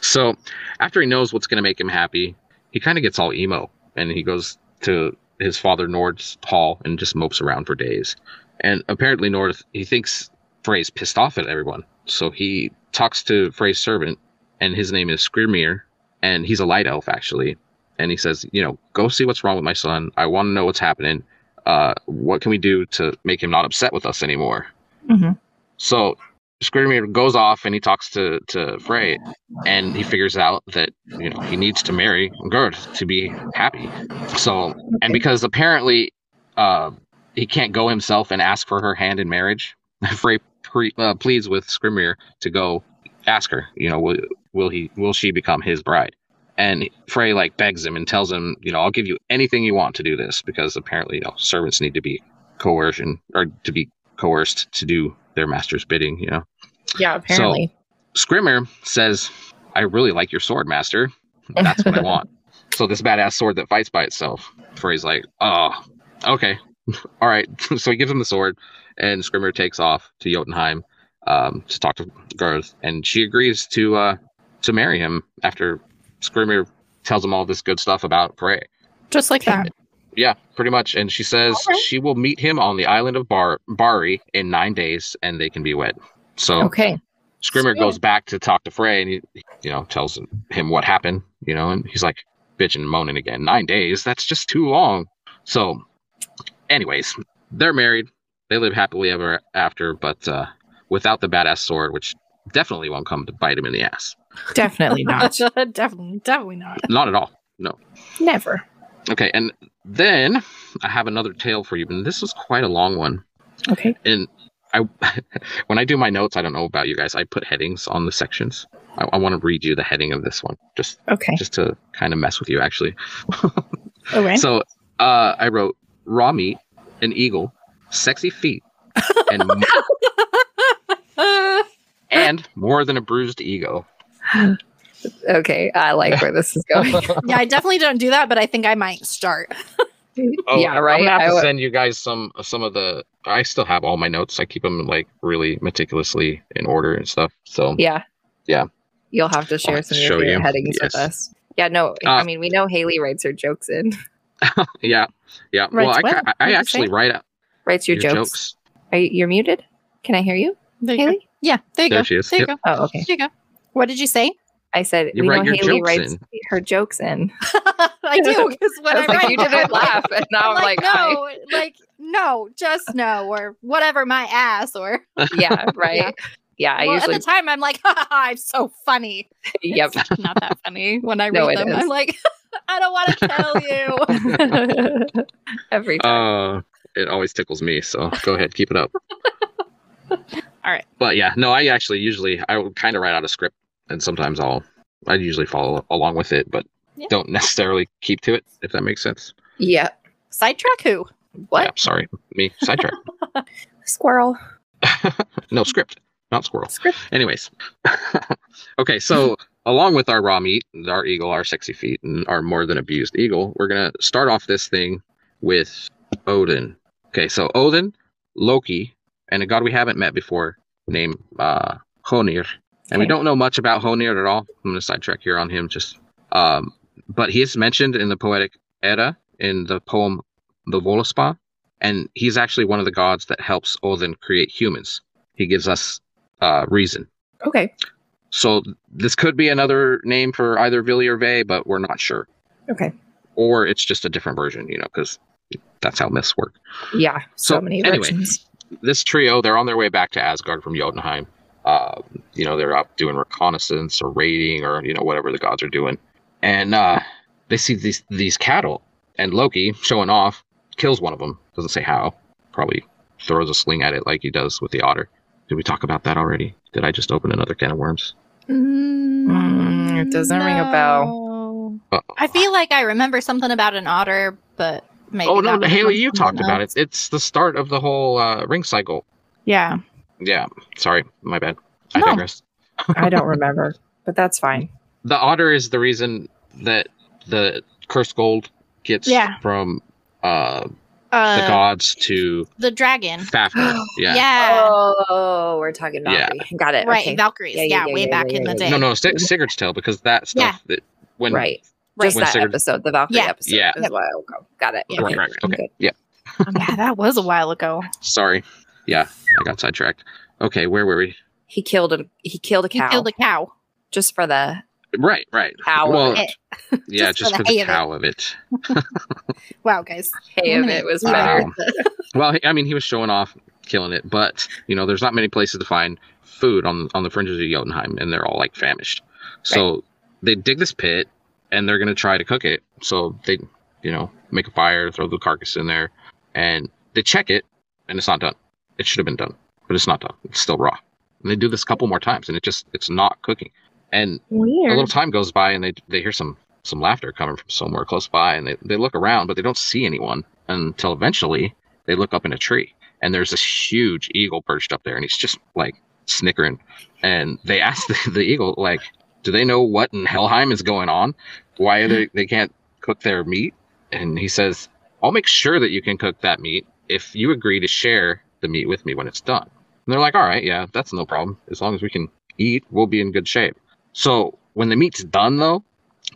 Speaker 4: So after he knows what's going to make him happy, he kind of gets all emo and he goes to his father Nord's hall and just mopes around for days. And apparently, Nord, he thinks Frey's pissed off at everyone. So he talks to Frey's servant, and his name is Skrymir, and he's a light elf, actually. And he says, You know, go see what's wrong with my son. I want to know what's happening. Uh, what can we do to make him not upset with us anymore?
Speaker 5: Mhm.
Speaker 4: So Skrymir goes off and he talks to, to Frey, and he figures out that you know he needs to marry Gerd to be happy. So and because apparently uh, he can't go himself and ask for her hand in marriage, Frey pre- uh, pleads with Skrymir to go ask her. You know, will, will he will she become his bride? And Frey like begs him and tells him, you know, I'll give you anything you want to do this because apparently you know servants need to be coercion or to be coerced to do their master's bidding. You know.
Speaker 3: Yeah, apparently.
Speaker 4: Scrimmer says, I really like your sword, master. That's what I want. So this badass sword that fights by itself. Frey's like, oh, okay. All right. so he gives him the sword, and Scrimmer takes off to Jotunheim um, to talk to Garth, and she agrees to uh, to marry him after Scrimmer tells him all this good stuff about Frey.
Speaker 5: Just like that.
Speaker 4: Yeah, pretty much. And she says
Speaker 3: Okay.
Speaker 4: she will meet him on the island of Bar- Bari in nine days, and they can be wed. So
Speaker 3: Okay.
Speaker 4: Scrimmer
Speaker 5: Sure.
Speaker 4: goes back to talk to Frey and he, you know, tells him what happened, you know, and he's like bitching and moaning again. Nine days, that's just too long. So, anyways, they're married. They live happily ever after, but uh, without the badass sword, which definitely won't come to bite him in the ass.
Speaker 3: Definitely not.
Speaker 5: definitely, definitely not.
Speaker 4: Not at all.
Speaker 5: Never.
Speaker 4: Okay, and then I have another tale for you, and this is quite a long one.
Speaker 5: Okay.
Speaker 4: and I when I do my notes, I don't know about you guys. I put headings on the sections. I, I want to read you the heading of this one, just
Speaker 5: Okay.
Speaker 4: just to kind of mess with you, actually.
Speaker 2: Oh,
Speaker 5: All right.
Speaker 4: So uh, I wrote raw meat, an eagle, sexy feet, and mo- and more than a bruised ego.
Speaker 3: okay, I like where this is going.
Speaker 2: yeah, I definitely don't do that, but I think I might start.
Speaker 3: yeah, right.
Speaker 4: Oh, I'm gonna have
Speaker 3: I
Speaker 4: to
Speaker 3: wa-
Speaker 4: send you guys some some of the. I still have all my notes. I keep them like really meticulously in order and stuff. So
Speaker 3: yeah.
Speaker 4: Yeah.
Speaker 3: You'll have to share
Speaker 4: have
Speaker 3: some
Speaker 4: to
Speaker 3: of your
Speaker 4: show
Speaker 3: favorite
Speaker 4: you.
Speaker 3: headings
Speaker 4: Yes. Uh,
Speaker 3: with us. Yeah, no, I mean we know Haley writes her jokes in.
Speaker 4: yeah, yeah. Well,
Speaker 5: Writes
Speaker 4: I,
Speaker 5: well,
Speaker 4: ca- I, I
Speaker 5: what'd you
Speaker 4: actually
Speaker 5: say?
Speaker 4: write out
Speaker 3: writes your,
Speaker 4: your,
Speaker 3: jokes.
Speaker 4: jokes.
Speaker 3: Are you, you're muted? Can I hear you,
Speaker 5: There you go.
Speaker 3: Haley?
Speaker 2: Yeah, there you
Speaker 4: There
Speaker 2: go.
Speaker 4: she is.
Speaker 2: There you go.
Speaker 3: Oh, okay.
Speaker 2: There you go. What did you say?
Speaker 3: I said
Speaker 4: You
Speaker 3: we
Speaker 4: write
Speaker 3: know
Speaker 4: your
Speaker 3: Haley
Speaker 4: jokes
Speaker 3: writes
Speaker 4: in.
Speaker 3: her jokes in.
Speaker 2: I do because when
Speaker 3: I
Speaker 2: I,
Speaker 3: was like,
Speaker 2: write,
Speaker 3: you didn't laugh, and now I'm, like, I-
Speaker 2: no, like no, just no, or whatever my ass, or
Speaker 3: yeah, right. Yeah, I
Speaker 2: Well,
Speaker 3: usually
Speaker 2: at the time I'm like, ha, ha, ha, I'm so funny.
Speaker 3: yep.
Speaker 2: It's not that funny when I read
Speaker 3: No, it
Speaker 2: them.
Speaker 3: is.
Speaker 2: I'm like, I don't want to tell you.
Speaker 3: Every time.
Speaker 4: Uh, it always tickles me. So go ahead, keep it up. All
Speaker 2: right.
Speaker 4: But yeah, no, I actually usually I will kind of write out a script, and sometimes I'll I usually follow along with it, but
Speaker 2: Yeah.
Speaker 4: don't necessarily keep to it. If that makes sense.
Speaker 3: yeah.
Speaker 2: Sidetrack who?
Speaker 4: Yeah,
Speaker 3: What?
Speaker 4: sorry, me sidetrack.
Speaker 3: Squirrel.
Speaker 4: no script, not squirrel.
Speaker 3: Script.
Speaker 4: Anyways, okay, so along with our raw meat, our eagle, our sexy feet, and our more than abused eagle, we're gonna start off this thing with Odin. Okay, so Odin, Loki, and a god we haven't met before named uh, Honir, and we
Speaker 3: Okay.
Speaker 4: don't know much about Honir at all. I'm gonna sidetrack here on him, just um, but he is mentioned in the poetic Edda in the poem The Voluspa, and he's actually one of the gods that helps Odin create humans. He gives us uh, reason.
Speaker 3: Okay.
Speaker 4: So this could be another name for either Vili or Vey, but we're not sure.
Speaker 3: Okay.
Speaker 4: Or it's just a different version, you know, because that's how myths work.
Speaker 3: Yeah. So,
Speaker 4: So,
Speaker 3: many
Speaker 4: anyway.
Speaker 3: versions.
Speaker 4: This trio, they're on their way back to Asgard from Jotunheim. Uh, you know, they're out doing reconnaissance or raiding or, you know, whatever the gods are doing. And uh, they see these, these cattle. And Loki, showing off, kills one of them. Doesn't say how. Probably throws a sling at it like he does with the otter. Did we talk about that already? Did I just open another can of worms?
Speaker 3: Mm, it doesn't ring a bell.
Speaker 2: No.
Speaker 4: Uh,
Speaker 2: I feel like I remember something about an otter, but maybe.
Speaker 4: oh no,
Speaker 2: that
Speaker 4: Haley,
Speaker 2: was
Speaker 4: you
Speaker 2: something
Speaker 4: talked about it.
Speaker 2: else.
Speaker 4: It's the start of the whole uh, ring cycle.
Speaker 5: Yeah,
Speaker 4: Yeah, sorry, my bad. I
Speaker 2: No.
Speaker 4: digress.
Speaker 3: I don't remember, but that's fine.
Speaker 4: The otter is the reason that the cursed gold gets
Speaker 5: Yeah.
Speaker 4: from uh, the
Speaker 2: Uh,
Speaker 4: gods to
Speaker 2: the dragon.
Speaker 4: Fafnir. Yeah.
Speaker 2: Yeah.
Speaker 3: Oh, we're talking
Speaker 4: Yeah.
Speaker 3: Valkyrie. Got it.
Speaker 2: Right,
Speaker 3: Okay.
Speaker 2: Valkyries.
Speaker 3: Yeah,
Speaker 2: Yeah,
Speaker 3: yeah, yeah,
Speaker 2: way
Speaker 3: yeah,
Speaker 2: back
Speaker 3: yeah,
Speaker 2: in the
Speaker 3: yeah,
Speaker 2: day.
Speaker 4: No, no, Sig- Sigurd's Tale because that stuff that when
Speaker 3: right.
Speaker 2: Right.
Speaker 3: Just that
Speaker 4: Sigurd-
Speaker 3: episode, the Valkyrie
Speaker 2: Yeah.
Speaker 3: episode.
Speaker 4: Yeah.
Speaker 3: Is why I woke up. Got it.
Speaker 2: Yeah.
Speaker 4: Oh, Right, right, right.
Speaker 3: I'm
Speaker 4: Okay.
Speaker 3: good.
Speaker 4: Yeah.
Speaker 2: Oh, yeah, that was a while ago.
Speaker 4: Sorry. Yeah, I got sidetracked. Okay, where were we?
Speaker 3: He killed a he killed a
Speaker 2: He
Speaker 3: cow
Speaker 2: killed a cow.
Speaker 3: just for the
Speaker 4: Right, right.
Speaker 3: Cow of
Speaker 4: Well,
Speaker 2: it.
Speaker 4: yeah,
Speaker 2: Just
Speaker 4: just
Speaker 2: for
Speaker 4: for
Speaker 2: the
Speaker 4: the
Speaker 2: hay of it.
Speaker 4: cow of it.
Speaker 2: Wow, guys.
Speaker 3: hey of
Speaker 2: Woman
Speaker 3: it was
Speaker 2: is
Speaker 3: better.
Speaker 4: Wow. well, he- I mean, he was showing off, killing it, but you know, there's not many places to find food on on the fringes of Jotunheim, and they're all like famished. So they dig this pit, and they're gonna try to cook it. So they, you know, make a fire, throw the carcass in there, and they check it, and it's not done. It should have been done, but it's not done. It's still raw. And they do this a couple more times, and it just it's not cooking. And
Speaker 5: weird.
Speaker 4: a little time goes by and they they hear some some laughter coming from somewhere close by and they, they look around but they don't see anyone until eventually they look up in a tree and there's this huge eagle perched up there and he's just like snickering and they ask the, the eagle like do they know what in hellheim is going on why are they, they can't cook their meat and he says i'll make sure that you can cook that meat if you agree to share the meat with me when it's done and they're like all right yeah that's no problem as long as we can eat we'll be in good shape so when the meat's done, though,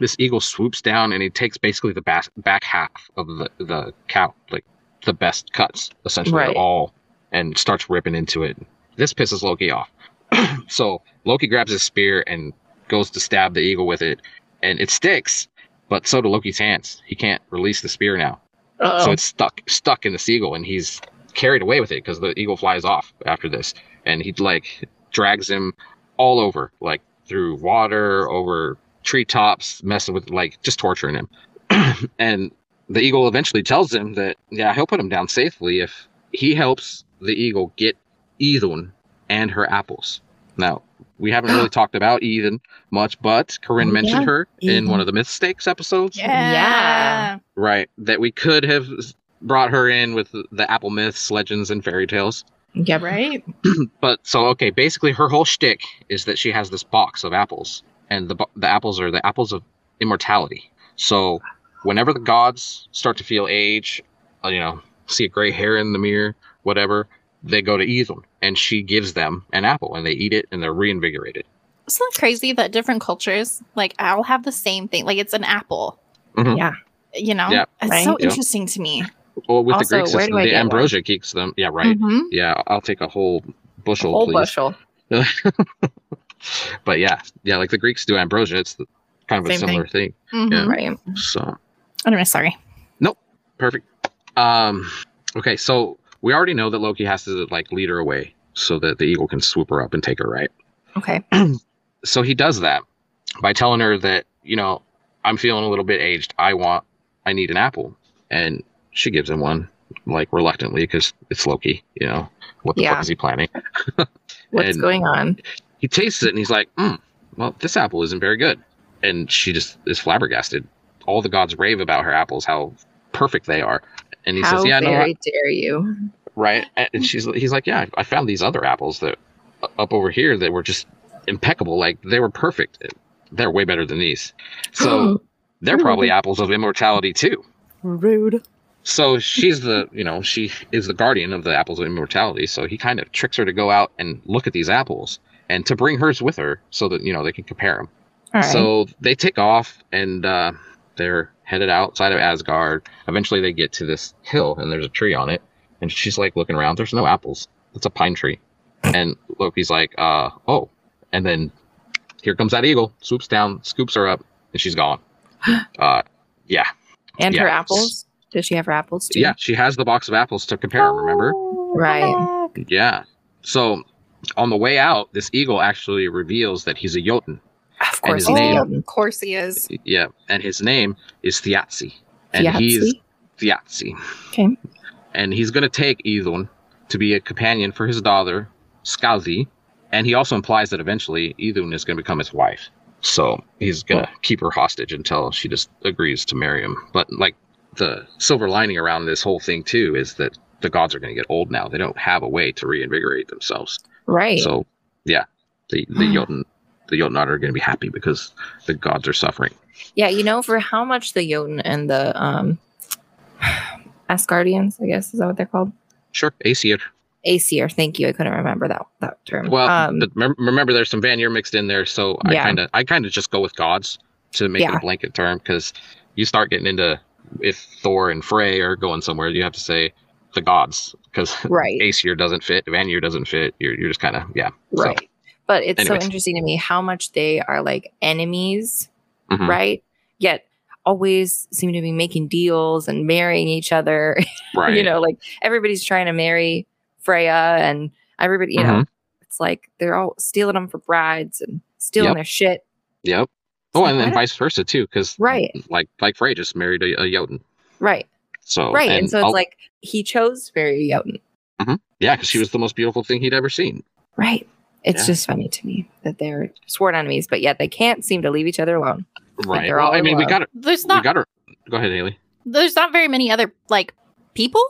Speaker 4: this eagle swoops down and he takes basically the bas- back half of the, the cow, like the best cuts, essentially,
Speaker 3: Right.
Speaker 4: of all, and starts ripping into it. This pisses Loki off. so Loki grabs his spear and goes to stab the eagle with it, and it sticks, but so do Loki's hands. He can't release the spear now.
Speaker 2: Oh.
Speaker 4: So it's stuck, stuck in the seagull, and he's carried away with it because the eagle flies off after this, and he like drags him all over, like through water, over treetops, messing with like just torturing him. and the eagle eventually tells him that yeah, he'll put him down safely if he helps the eagle get Ethan and her apples. Now we haven't really talked about Ethan much, but Corinne
Speaker 3: Oh, Yeah,
Speaker 4: mentioned her in
Speaker 3: Ethan.
Speaker 4: one of the mistakes episodes.
Speaker 2: Yeah.
Speaker 4: Right. That we could have s- brought her in with the- the Apple myths, legends, and fairy tales.
Speaker 3: Yeah.
Speaker 5: right.
Speaker 4: But so, okay, basically her whole shtick is that she has this box of apples, and the, bo- the apples are the apples of immortality. So whenever the gods start to feel age, uh, you know, see a gray hair in the mirror, whatever, they go to Ethan, and she gives them an apple, and they eat it, and they're reinvigorated.
Speaker 2: Isn't that crazy that different cultures, like, I'll have the same thing? Like, it's an apple.
Speaker 4: Mhm.
Speaker 5: Yeah.
Speaker 2: You know?
Speaker 4: Yeah.
Speaker 2: It's so
Speaker 4: Yeah.
Speaker 2: interesting to me.
Speaker 4: Well, with
Speaker 3: Also,
Speaker 4: the Greek
Speaker 3: where
Speaker 4: system,
Speaker 3: do I
Speaker 4: the
Speaker 3: get one? Mm-hmm.
Speaker 4: ambrosia keeps them. Yeah, right.
Speaker 2: Mhm.
Speaker 4: Yeah, I'll take a whole bushel,
Speaker 3: Whole
Speaker 4: please.
Speaker 3: bushel.
Speaker 4: but yeah, yeah, like the Greeks do ambrosia. It's the, kind of a
Speaker 5: Same
Speaker 4: similar thing.
Speaker 2: Mhm.
Speaker 4: Yeah.
Speaker 3: Mm-hmm. Right.
Speaker 4: So
Speaker 2: Anyway, sorry.
Speaker 4: perfect. Um, okay, so we already know that Loki has to like lead her away so that the eagle can swoop her up and take her right.
Speaker 3: Okay.
Speaker 4: So he does that by telling her that you know I'm feeling a little bit aged. I want, I need an apple, and she gives him one like reluctantly because it's Loki. You know what the
Speaker 3: Yeah.
Speaker 4: fuck is he planning?
Speaker 3: What's
Speaker 4: And-
Speaker 3: going on?
Speaker 4: he tastes it and he's like, mm, well, this apple isn't very good. And she just is flabbergasted. All the gods rave about her apples, how perfect they are. And he
Speaker 3: How
Speaker 4: says, yeah, no,
Speaker 3: very
Speaker 4: I-
Speaker 3: dare you?
Speaker 4: right. And she's, he's like, yeah, I found these other apples that up over here that were just impeccable. Like they were perfect. They're way better than these.
Speaker 3: Hmm.
Speaker 4: So they're probably apples of immortality too.
Speaker 5: Rude.
Speaker 4: So she's the, you know, she is the guardian of the apples of immortality. So he kind of tricks her to go out and look at these apples and to bring hers with her so that, you know, they can compare them.
Speaker 5: All right.
Speaker 4: So they take off and uh, they're headed outside of Asgard. Eventually, they get to this hill and there's a tree on it. And she's like looking around. There's no apples. It's a pine tree. And Loki's like, uh, oh. And then here comes that eagle, swoops down, scoops her up, and she's gone. Uh, yeah.
Speaker 3: and her
Speaker 4: yeah.
Speaker 3: apples? Does she have her apples too?
Speaker 4: Yeah. She has the box of apples to compare, remember?
Speaker 3: Right.
Speaker 5: Oh.
Speaker 4: Yeah. So on the way out, this eagle actually reveals that he's a Jotun.
Speaker 3: Of course.
Speaker 4: his
Speaker 3: it's
Speaker 4: name-
Speaker 3: Jotun.
Speaker 2: Oh, Of course he is.
Speaker 4: Yeah, and his name is Thiatzi.
Speaker 2: Oh.
Speaker 4: And
Speaker 3: Yahtzee?
Speaker 4: he's Thiatzi.
Speaker 5: Okay.
Speaker 4: And he's going to take Idun to be a companion for his daughter, Skazi, And he also implies that eventually Idun is going to become his wife. So he's going to keep her hostage until she just agrees to marry him. But like the silver lining around this whole thing, too, is that the gods are going to get old now. They don't have a way to reinvigorate themselves.
Speaker 3: Right.
Speaker 4: So, yeah, the, the Jotun. The Jotnot are going to be happy because the gods are suffering.
Speaker 3: Yeah, you know, for how much the Jotun and the um Asgardians, I guess is that what they're called?
Speaker 4: Sure, Aesir.
Speaker 3: Aesir, thank you. I couldn't remember that that term.
Speaker 4: Well,
Speaker 3: um,
Speaker 4: but mem- remember, there's some Vanir mixed in there, so I
Speaker 3: Yeah.
Speaker 4: kind of I kind of just go with gods to make it
Speaker 3: Yeah.
Speaker 4: a blanket term because you start getting into if Thor and Frey are going somewhere, you have to say the gods because
Speaker 3: right.
Speaker 4: Aesir doesn't fit, Vanir doesn't fit. You're you're just kind of yeah. so-
Speaker 3: Right. but it's
Speaker 4: anyways.
Speaker 3: so interesting to me how much they are like enemies,
Speaker 4: Mhm.
Speaker 3: right? Yet always seem to be making deals and marrying each other.
Speaker 4: right.
Speaker 3: you know, like everybody's trying to marry Freya and everybody, you know, it's like they're all stealing them for brides and stealing
Speaker 4: Mm-hmm. Yep.
Speaker 3: their shit.
Speaker 4: Yep.
Speaker 3: It's
Speaker 4: Oh,
Speaker 3: like,
Speaker 4: and then
Speaker 3: what?
Speaker 4: vice versa too, because
Speaker 3: Right,
Speaker 4: like like Frey just married a, a Jotun,
Speaker 3: right,
Speaker 4: so
Speaker 3: right. And, so it's
Speaker 4: I'll-
Speaker 3: like he chose um, to marry Jotun.
Speaker 4: yeah, because she was the most beautiful thing he'd ever seen.
Speaker 3: Right. It's
Speaker 4: Yeah.
Speaker 3: just funny to me that they're sworn enemies, but yet they can't seem to leave each other alone.
Speaker 4: Right.
Speaker 3: they're
Speaker 4: Well,
Speaker 3: all
Speaker 4: I
Speaker 3: in
Speaker 4: mean, we
Speaker 3: love.
Speaker 4: got to
Speaker 2: There's
Speaker 4: we
Speaker 2: not
Speaker 4: got to go ahead, Haley.
Speaker 2: there's not very many other like people.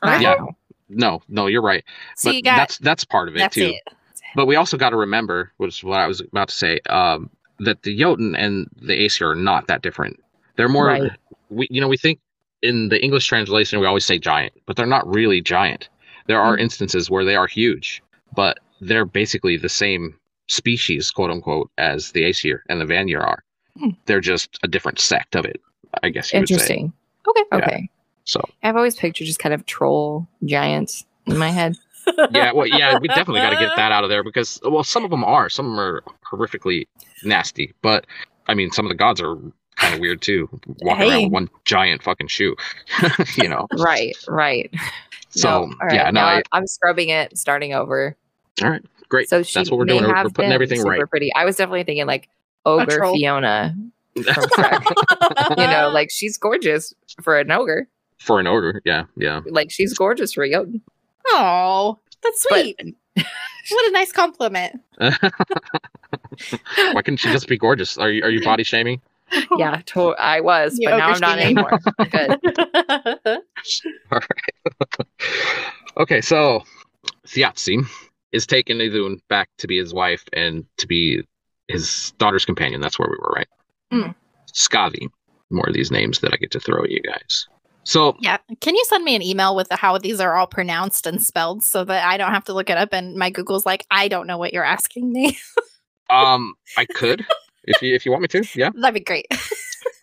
Speaker 3: I
Speaker 4: Yeah.
Speaker 3: know.
Speaker 4: No, no, you're right.
Speaker 2: So
Speaker 4: but
Speaker 2: you got
Speaker 4: that's that's part of it
Speaker 2: that's
Speaker 4: too.
Speaker 2: it.
Speaker 4: But we also got to remember, which is what I was about to say, um, that the Jotun and the Aesir are not that different. They're more,
Speaker 3: Right.
Speaker 4: we you know, we think in the English translation we always say giant, but they're not really giant. There
Speaker 2: Mm.
Speaker 4: are instances where they are huge, but they're basically the same species, quote unquote, as the Aesir and the Vanir are.
Speaker 3: Hmm.
Speaker 4: They're just a different sect of it, I guess you would say.
Speaker 3: Interesting. Okay.
Speaker 4: Yeah.
Speaker 3: Okay.
Speaker 4: So
Speaker 3: I've always pictured just kind of troll giants in my head.
Speaker 4: yeah, well, yeah, we definitely got to get that out of there because, well, some of them are. Some of 'em are horrifically nasty, but I mean, some of the gods are kind of weird too, walking around
Speaker 3: Hey.
Speaker 4: with one giant fucking shoe, you know.
Speaker 3: Right. Right.
Speaker 4: So
Speaker 3: No, all right,
Speaker 4: yeah, no,
Speaker 3: now
Speaker 4: I,
Speaker 3: I'm- I'm scrubbing it, starting over.
Speaker 4: All right, great.
Speaker 3: So she
Speaker 4: That's what we're
Speaker 3: may
Speaker 4: doing. We're-
Speaker 3: have
Speaker 4: we're putting
Speaker 3: been
Speaker 4: everything
Speaker 3: super
Speaker 4: right.
Speaker 3: Pretty. I was definitely thinking like ogre
Speaker 2: troll.
Speaker 3: Fiona from Shrek. you know, like she's gorgeous for an ogre.
Speaker 4: for an ogre, yeah, yeah.
Speaker 3: Like she's gorgeous for a Jotun.
Speaker 2: oh, that's
Speaker 3: But-
Speaker 2: sweet. what a nice compliment.
Speaker 4: Why couldn't she just be gorgeous? Are you are you body shaming?
Speaker 3: Yeah, to- I was,
Speaker 2: You
Speaker 3: but now I'm not
Speaker 2: overstating.
Speaker 3: anymore. Good.
Speaker 4: okay, so Thiatsi is taking Idun back to be his wife and to be his daughter's companion. That's where we were, right?
Speaker 3: Mm.
Speaker 4: Skavi. More of these names that I get to throw at you guys. So
Speaker 2: yeah. Can you send me an email with the, how these are all pronounced and spelled so that I don't have to look it up and my Google's like, I don't know what you're asking me.
Speaker 4: um I could if you if you want me to, yeah.
Speaker 2: That'd be great.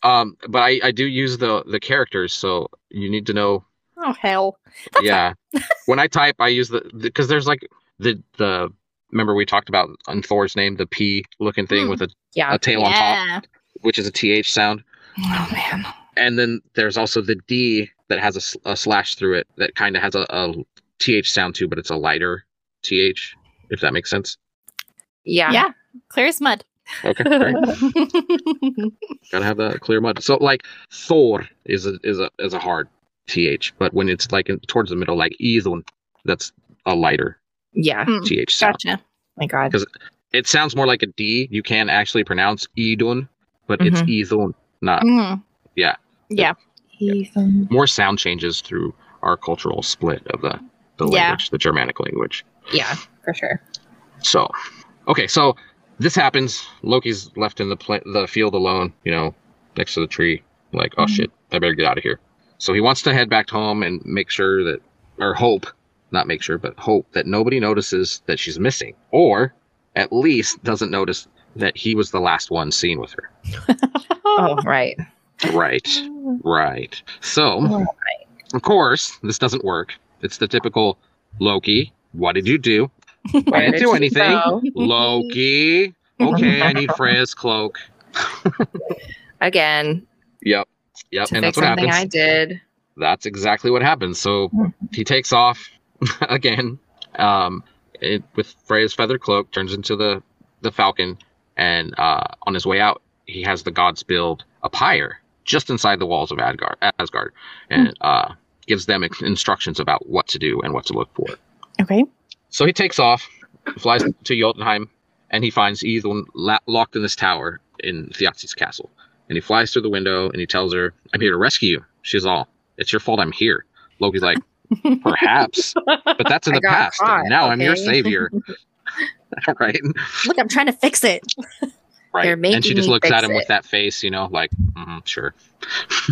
Speaker 4: Um but I, I do use the the characters, so you need to know
Speaker 2: Oh hell. That's
Speaker 4: yeah. when I type, I use the because there's like the the remember we talked about on Thor's name the P looking thing
Speaker 2: Hmm.
Speaker 4: with a,
Speaker 3: Yeah.
Speaker 4: a tail on top,
Speaker 2: yeah.
Speaker 4: which is a th sound,
Speaker 2: Oh man.
Speaker 4: and then there's also the D that has a, sl- a slash through it that kind of has a, a th sound too, but it's a lighter th. If that makes sense.
Speaker 3: Yeah.
Speaker 2: Yeah. Clear as mud.
Speaker 4: Okay. great. Gotta have that clear mud. So like Thor is a is a is a hard th, but when it's like in, towards the middle, like Idun, that's a lighter
Speaker 3: Yeah.
Speaker 2: Mm.
Speaker 4: th sound.
Speaker 2: gotcha.
Speaker 3: My God.
Speaker 4: it sounds more like a D. You can actually pronounce Idun, but it's
Speaker 2: Mm-hmm.
Speaker 4: Idun. Not
Speaker 2: Mm.
Speaker 4: yeah.
Speaker 2: Yeah.
Speaker 3: Ethan.
Speaker 2: Mm-hmm.
Speaker 4: more sound changes through our cultural split of the the
Speaker 2: Yeah.
Speaker 4: language, the Germanic language.
Speaker 3: Yeah, for sure.
Speaker 4: So, okay, so this happens. Loki's left in the pla- the field alone, you know, next to the tree. Like, oh
Speaker 3: Mhm.
Speaker 4: shit, I better get out of here. So he wants to head back home and make sure that, or hope, not make sure, but hope that nobody notices that she's missing, or at least doesn't notice that he was the last one seen with her.
Speaker 3: Oh, right.
Speaker 4: Right. Right. So,
Speaker 3: Right.
Speaker 4: of course, this doesn't work. It's the typical Loki. What did you do? I didn't do anything.
Speaker 3: So,
Speaker 4: Loki. Okay, I need Freya's cloak.
Speaker 3: again,
Speaker 4: Yep. Yep.
Speaker 3: to
Speaker 4: and
Speaker 3: fix
Speaker 4: that's what
Speaker 3: something
Speaker 4: happens.
Speaker 3: I did.
Speaker 4: That's exactly what happens. So he takes off again um, it, with Freya's feather cloak, turns into the, the falcon, and uh, on his way out, he has the gods build a pyre just inside the walls of Asgard, Asgard and
Speaker 3: Hmm.
Speaker 4: uh, gives them instructions about what to do and what to look for.
Speaker 5: Okay.
Speaker 4: So he takes off, flies to Jotunheim, and he finds Ethan la- locked in this tower in Theotzi's castle. And he flies through the window and he tells her, I'm here to rescue you. She's all, It's your fault I'm here. Loki's like, Perhaps, but that's in
Speaker 3: I
Speaker 4: the
Speaker 3: got
Speaker 4: past.
Speaker 3: caught,
Speaker 4: and now I'm your
Speaker 3: okay?"
Speaker 4: savior. right?
Speaker 2: Look, I'm trying to fix it.
Speaker 4: Right.
Speaker 3: They're
Speaker 4: and she
Speaker 3: making
Speaker 4: just
Speaker 3: me
Speaker 4: looks
Speaker 3: fix
Speaker 4: at him
Speaker 3: it.
Speaker 4: with that face, you know, like, mm sure.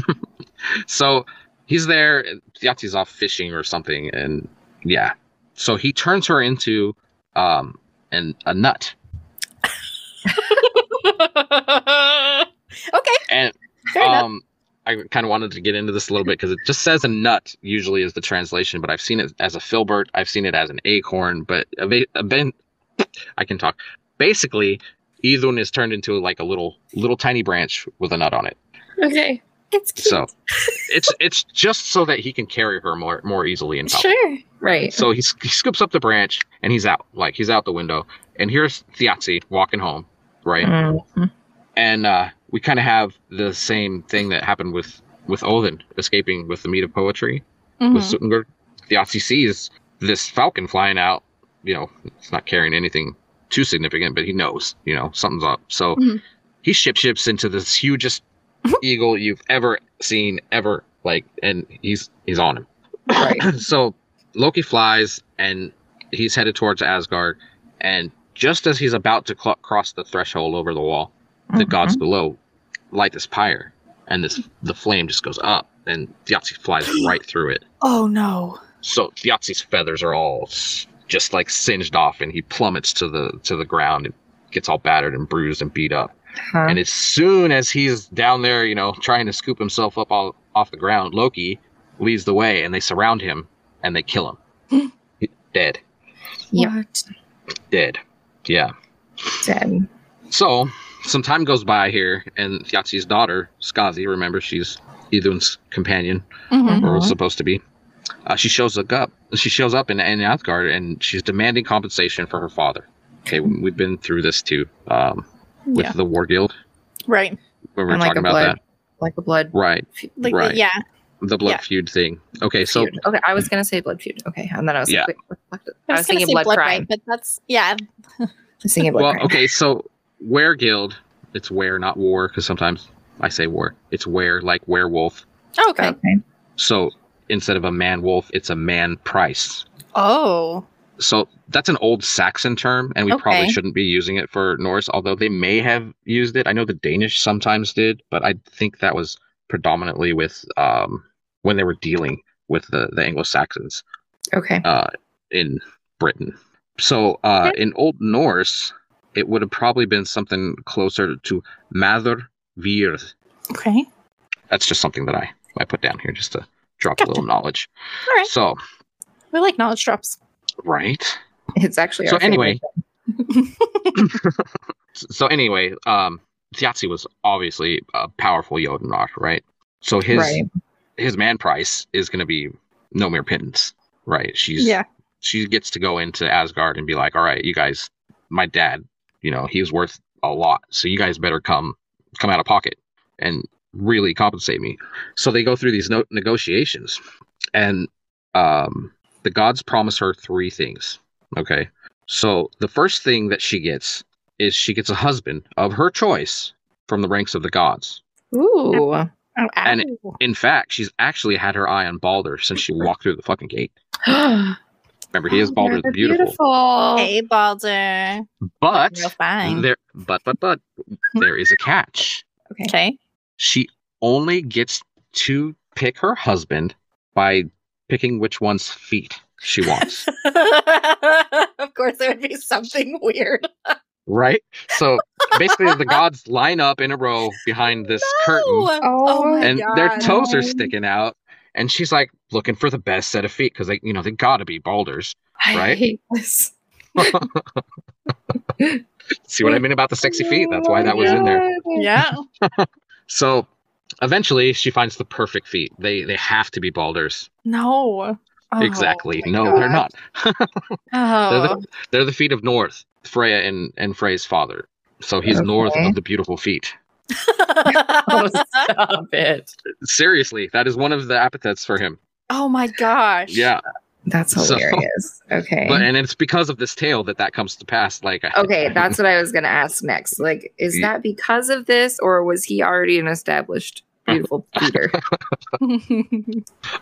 Speaker 4: so he's there. Yahtzee off fishing or something. And yeah. So he turns her into um, an, a nut.
Speaker 2: Okay.
Speaker 4: And
Speaker 2: Fair enough.
Speaker 4: um, I kind of wanted to get into this a little bit because it just says a nut usually is the translation, but I've seen it as a filbert. I've seen it as an acorn, but a ba- a ben- I can talk. Basically, Idun is turned into like a little little tiny branch with a nut on it.
Speaker 5: Okay.
Speaker 2: It's cute.
Speaker 4: So it's it's just so that he can carry her more more easily in public.
Speaker 5: Sure.
Speaker 3: right.
Speaker 4: So he, s- he scoops up the branch and he's out. Like he's out the window. And here's Theotzi walking home, right?
Speaker 3: Mhm.
Speaker 4: and uh, we kind of have the same thing that happened with with Odin escaping with the meat of poetry with
Speaker 2: Mhm.
Speaker 4: Suttenberg. The Yahtzee sees this falcon flying out. You know, it's not carrying anything too significant, but he knows. You know, something's up. So
Speaker 2: Mhm.
Speaker 4: he ship ships into this hugest eagle you've ever seen ever. Like, and he's he's on him.
Speaker 3: Right.
Speaker 4: so Loki flies and he's headed towards Asgard. And just as he's about to cl- cross the threshold over the wall,
Speaker 3: Mm-hmm.
Speaker 4: the gods below light this pyre, and this the flame just goes up, and Yahtzee flies right through it.
Speaker 5: Oh no.
Speaker 4: So Yahtzee's feathers are all s- just like singed off, and he plummets to the to the ground and gets all battered and bruised and beat up.
Speaker 3: Huh.
Speaker 4: And as soon as he's down there, you know, trying to scoop himself up all, off the ground, Loki leads the way, and they surround him and they kill him. He- dead,
Speaker 3: Yep.
Speaker 5: What?
Speaker 4: dead. Yeah.
Speaker 5: Dead.
Speaker 4: So some time goes by here, and Yahtzee's daughter, Skazi, remember she's Idun's companion,
Speaker 2: Mhm.
Speaker 4: or was
Speaker 3: Mhm.
Speaker 4: supposed to be. Uh, she shows up, up. She shows up in, in Asgard, and she's demanding compensation for her father. Okay,
Speaker 3: Mm-hmm.
Speaker 4: we've been through this too um, with
Speaker 5: Yeah.
Speaker 4: the War Guild
Speaker 5: Right.
Speaker 4: when we were
Speaker 3: And, like,
Speaker 4: talking
Speaker 3: a
Speaker 4: about
Speaker 3: blood-
Speaker 4: that,
Speaker 3: like a blood
Speaker 4: right?
Speaker 2: Like,
Speaker 4: Right.
Speaker 2: Yeah.
Speaker 4: The blood
Speaker 2: Yeah.
Speaker 4: feud thing. Okay, so
Speaker 3: feud. Okay, I was gonna say blood feud. Okay, and then I was
Speaker 4: Yeah.
Speaker 3: like, wait, what- what-
Speaker 2: I was,
Speaker 3: thinking
Speaker 2: gonna say
Speaker 3: blood, crime.
Speaker 2: rape, but that's yeah.
Speaker 3: I was thinking blood
Speaker 4: well,
Speaker 3: crime.
Speaker 4: okay, so Were Guild. It's Were, not War, because sometimes I say War. It's Were, like werewolf.
Speaker 2: okay.
Speaker 3: Okay.
Speaker 4: So instead of a man wolf, it's a man price.
Speaker 2: Oh.
Speaker 4: so that's an old Saxon term, and we
Speaker 2: Okay.
Speaker 4: probably shouldn't be using it for Norse, although they may have used it. I know the Danish sometimes did, but I think that was predominantly with um, when they were dealing with the, the Anglo Saxons
Speaker 3: Okay.
Speaker 4: uh, in Britain. So uh, in Old Norse, it would have probably been something closer to Mather Vir.
Speaker 5: Okay.
Speaker 4: That's just something that I, I put down here just to drop
Speaker 5: Gotcha.
Speaker 4: a little knowledge.
Speaker 2: All right.
Speaker 4: So,
Speaker 5: We like knowledge drops.
Speaker 4: right?
Speaker 3: It's actually
Speaker 4: So
Speaker 3: our favorite
Speaker 4: anyway-
Speaker 3: thing.
Speaker 4: so anyway, um, Yahtzee was obviously a powerful Yodenrock, right? So his
Speaker 3: right?
Speaker 4: his man price is going to be no mere pittance, right? She's
Speaker 5: Yeah.
Speaker 4: she gets to go into Asgard and be like, all right, you guys, my dad, you know, he's worth a lot, so you guys better come come out of pocket and really compensate me. So they go through these no- negotiations, and um, the gods promise her three things. Okay, so the first thing that she gets is she gets a husband of her choice from the ranks of the gods.
Speaker 3: Ooh,
Speaker 2: Oh,
Speaker 4: And
Speaker 2: ow.
Speaker 4: In fact, she's actually had her eye on Balder since she walked through the fucking gate. Remember, he is Balder Oh, the
Speaker 3: They're
Speaker 4: Beautiful.
Speaker 2: hey, Balder.
Speaker 4: But
Speaker 2: You're fine. Hmm.
Speaker 4: there, but but but there is a catch.
Speaker 2: Okay.
Speaker 4: She only gets to pick her husband by picking which one's feet she wants.
Speaker 2: of course, there would be something weird.
Speaker 4: right. So basically, the gods line up in a row behind this curtain.
Speaker 5: Oh,
Speaker 2: my
Speaker 4: and their
Speaker 2: God.
Speaker 4: toes are
Speaker 5: Um,
Speaker 4: sticking out and she's like looking for the best set of feet because they you know they gotta be boulders
Speaker 3: I
Speaker 4: Right?
Speaker 3: hate this.
Speaker 4: see what i mean about the sexy feet that's
Speaker 3: Oh
Speaker 4: why that was in
Speaker 2: Oh,
Speaker 4: there
Speaker 2: Yeah.
Speaker 4: so eventually she finds the perfect feet they they have to be boulders
Speaker 5: No. Oh,
Speaker 4: exactly
Speaker 2: my
Speaker 4: no
Speaker 2: God.
Speaker 4: they're not they're,
Speaker 2: Oh.
Speaker 4: the, they're the feet of north freya and and frey's father so he's north
Speaker 3: Okay.
Speaker 4: of the beautiful feet
Speaker 3: Oh, stop it.
Speaker 4: seriously that is one of the epithets for him
Speaker 2: oh my gosh.
Speaker 4: yeah
Speaker 3: That's
Speaker 4: So-
Speaker 3: hilarious. okay.
Speaker 4: But and it's because of this tale that that comes to pass. Like I-
Speaker 3: okay, that's what I was going to ask next. Like, is
Speaker 4: Ye-
Speaker 3: that because of this, or was he already an established beautiful Peter?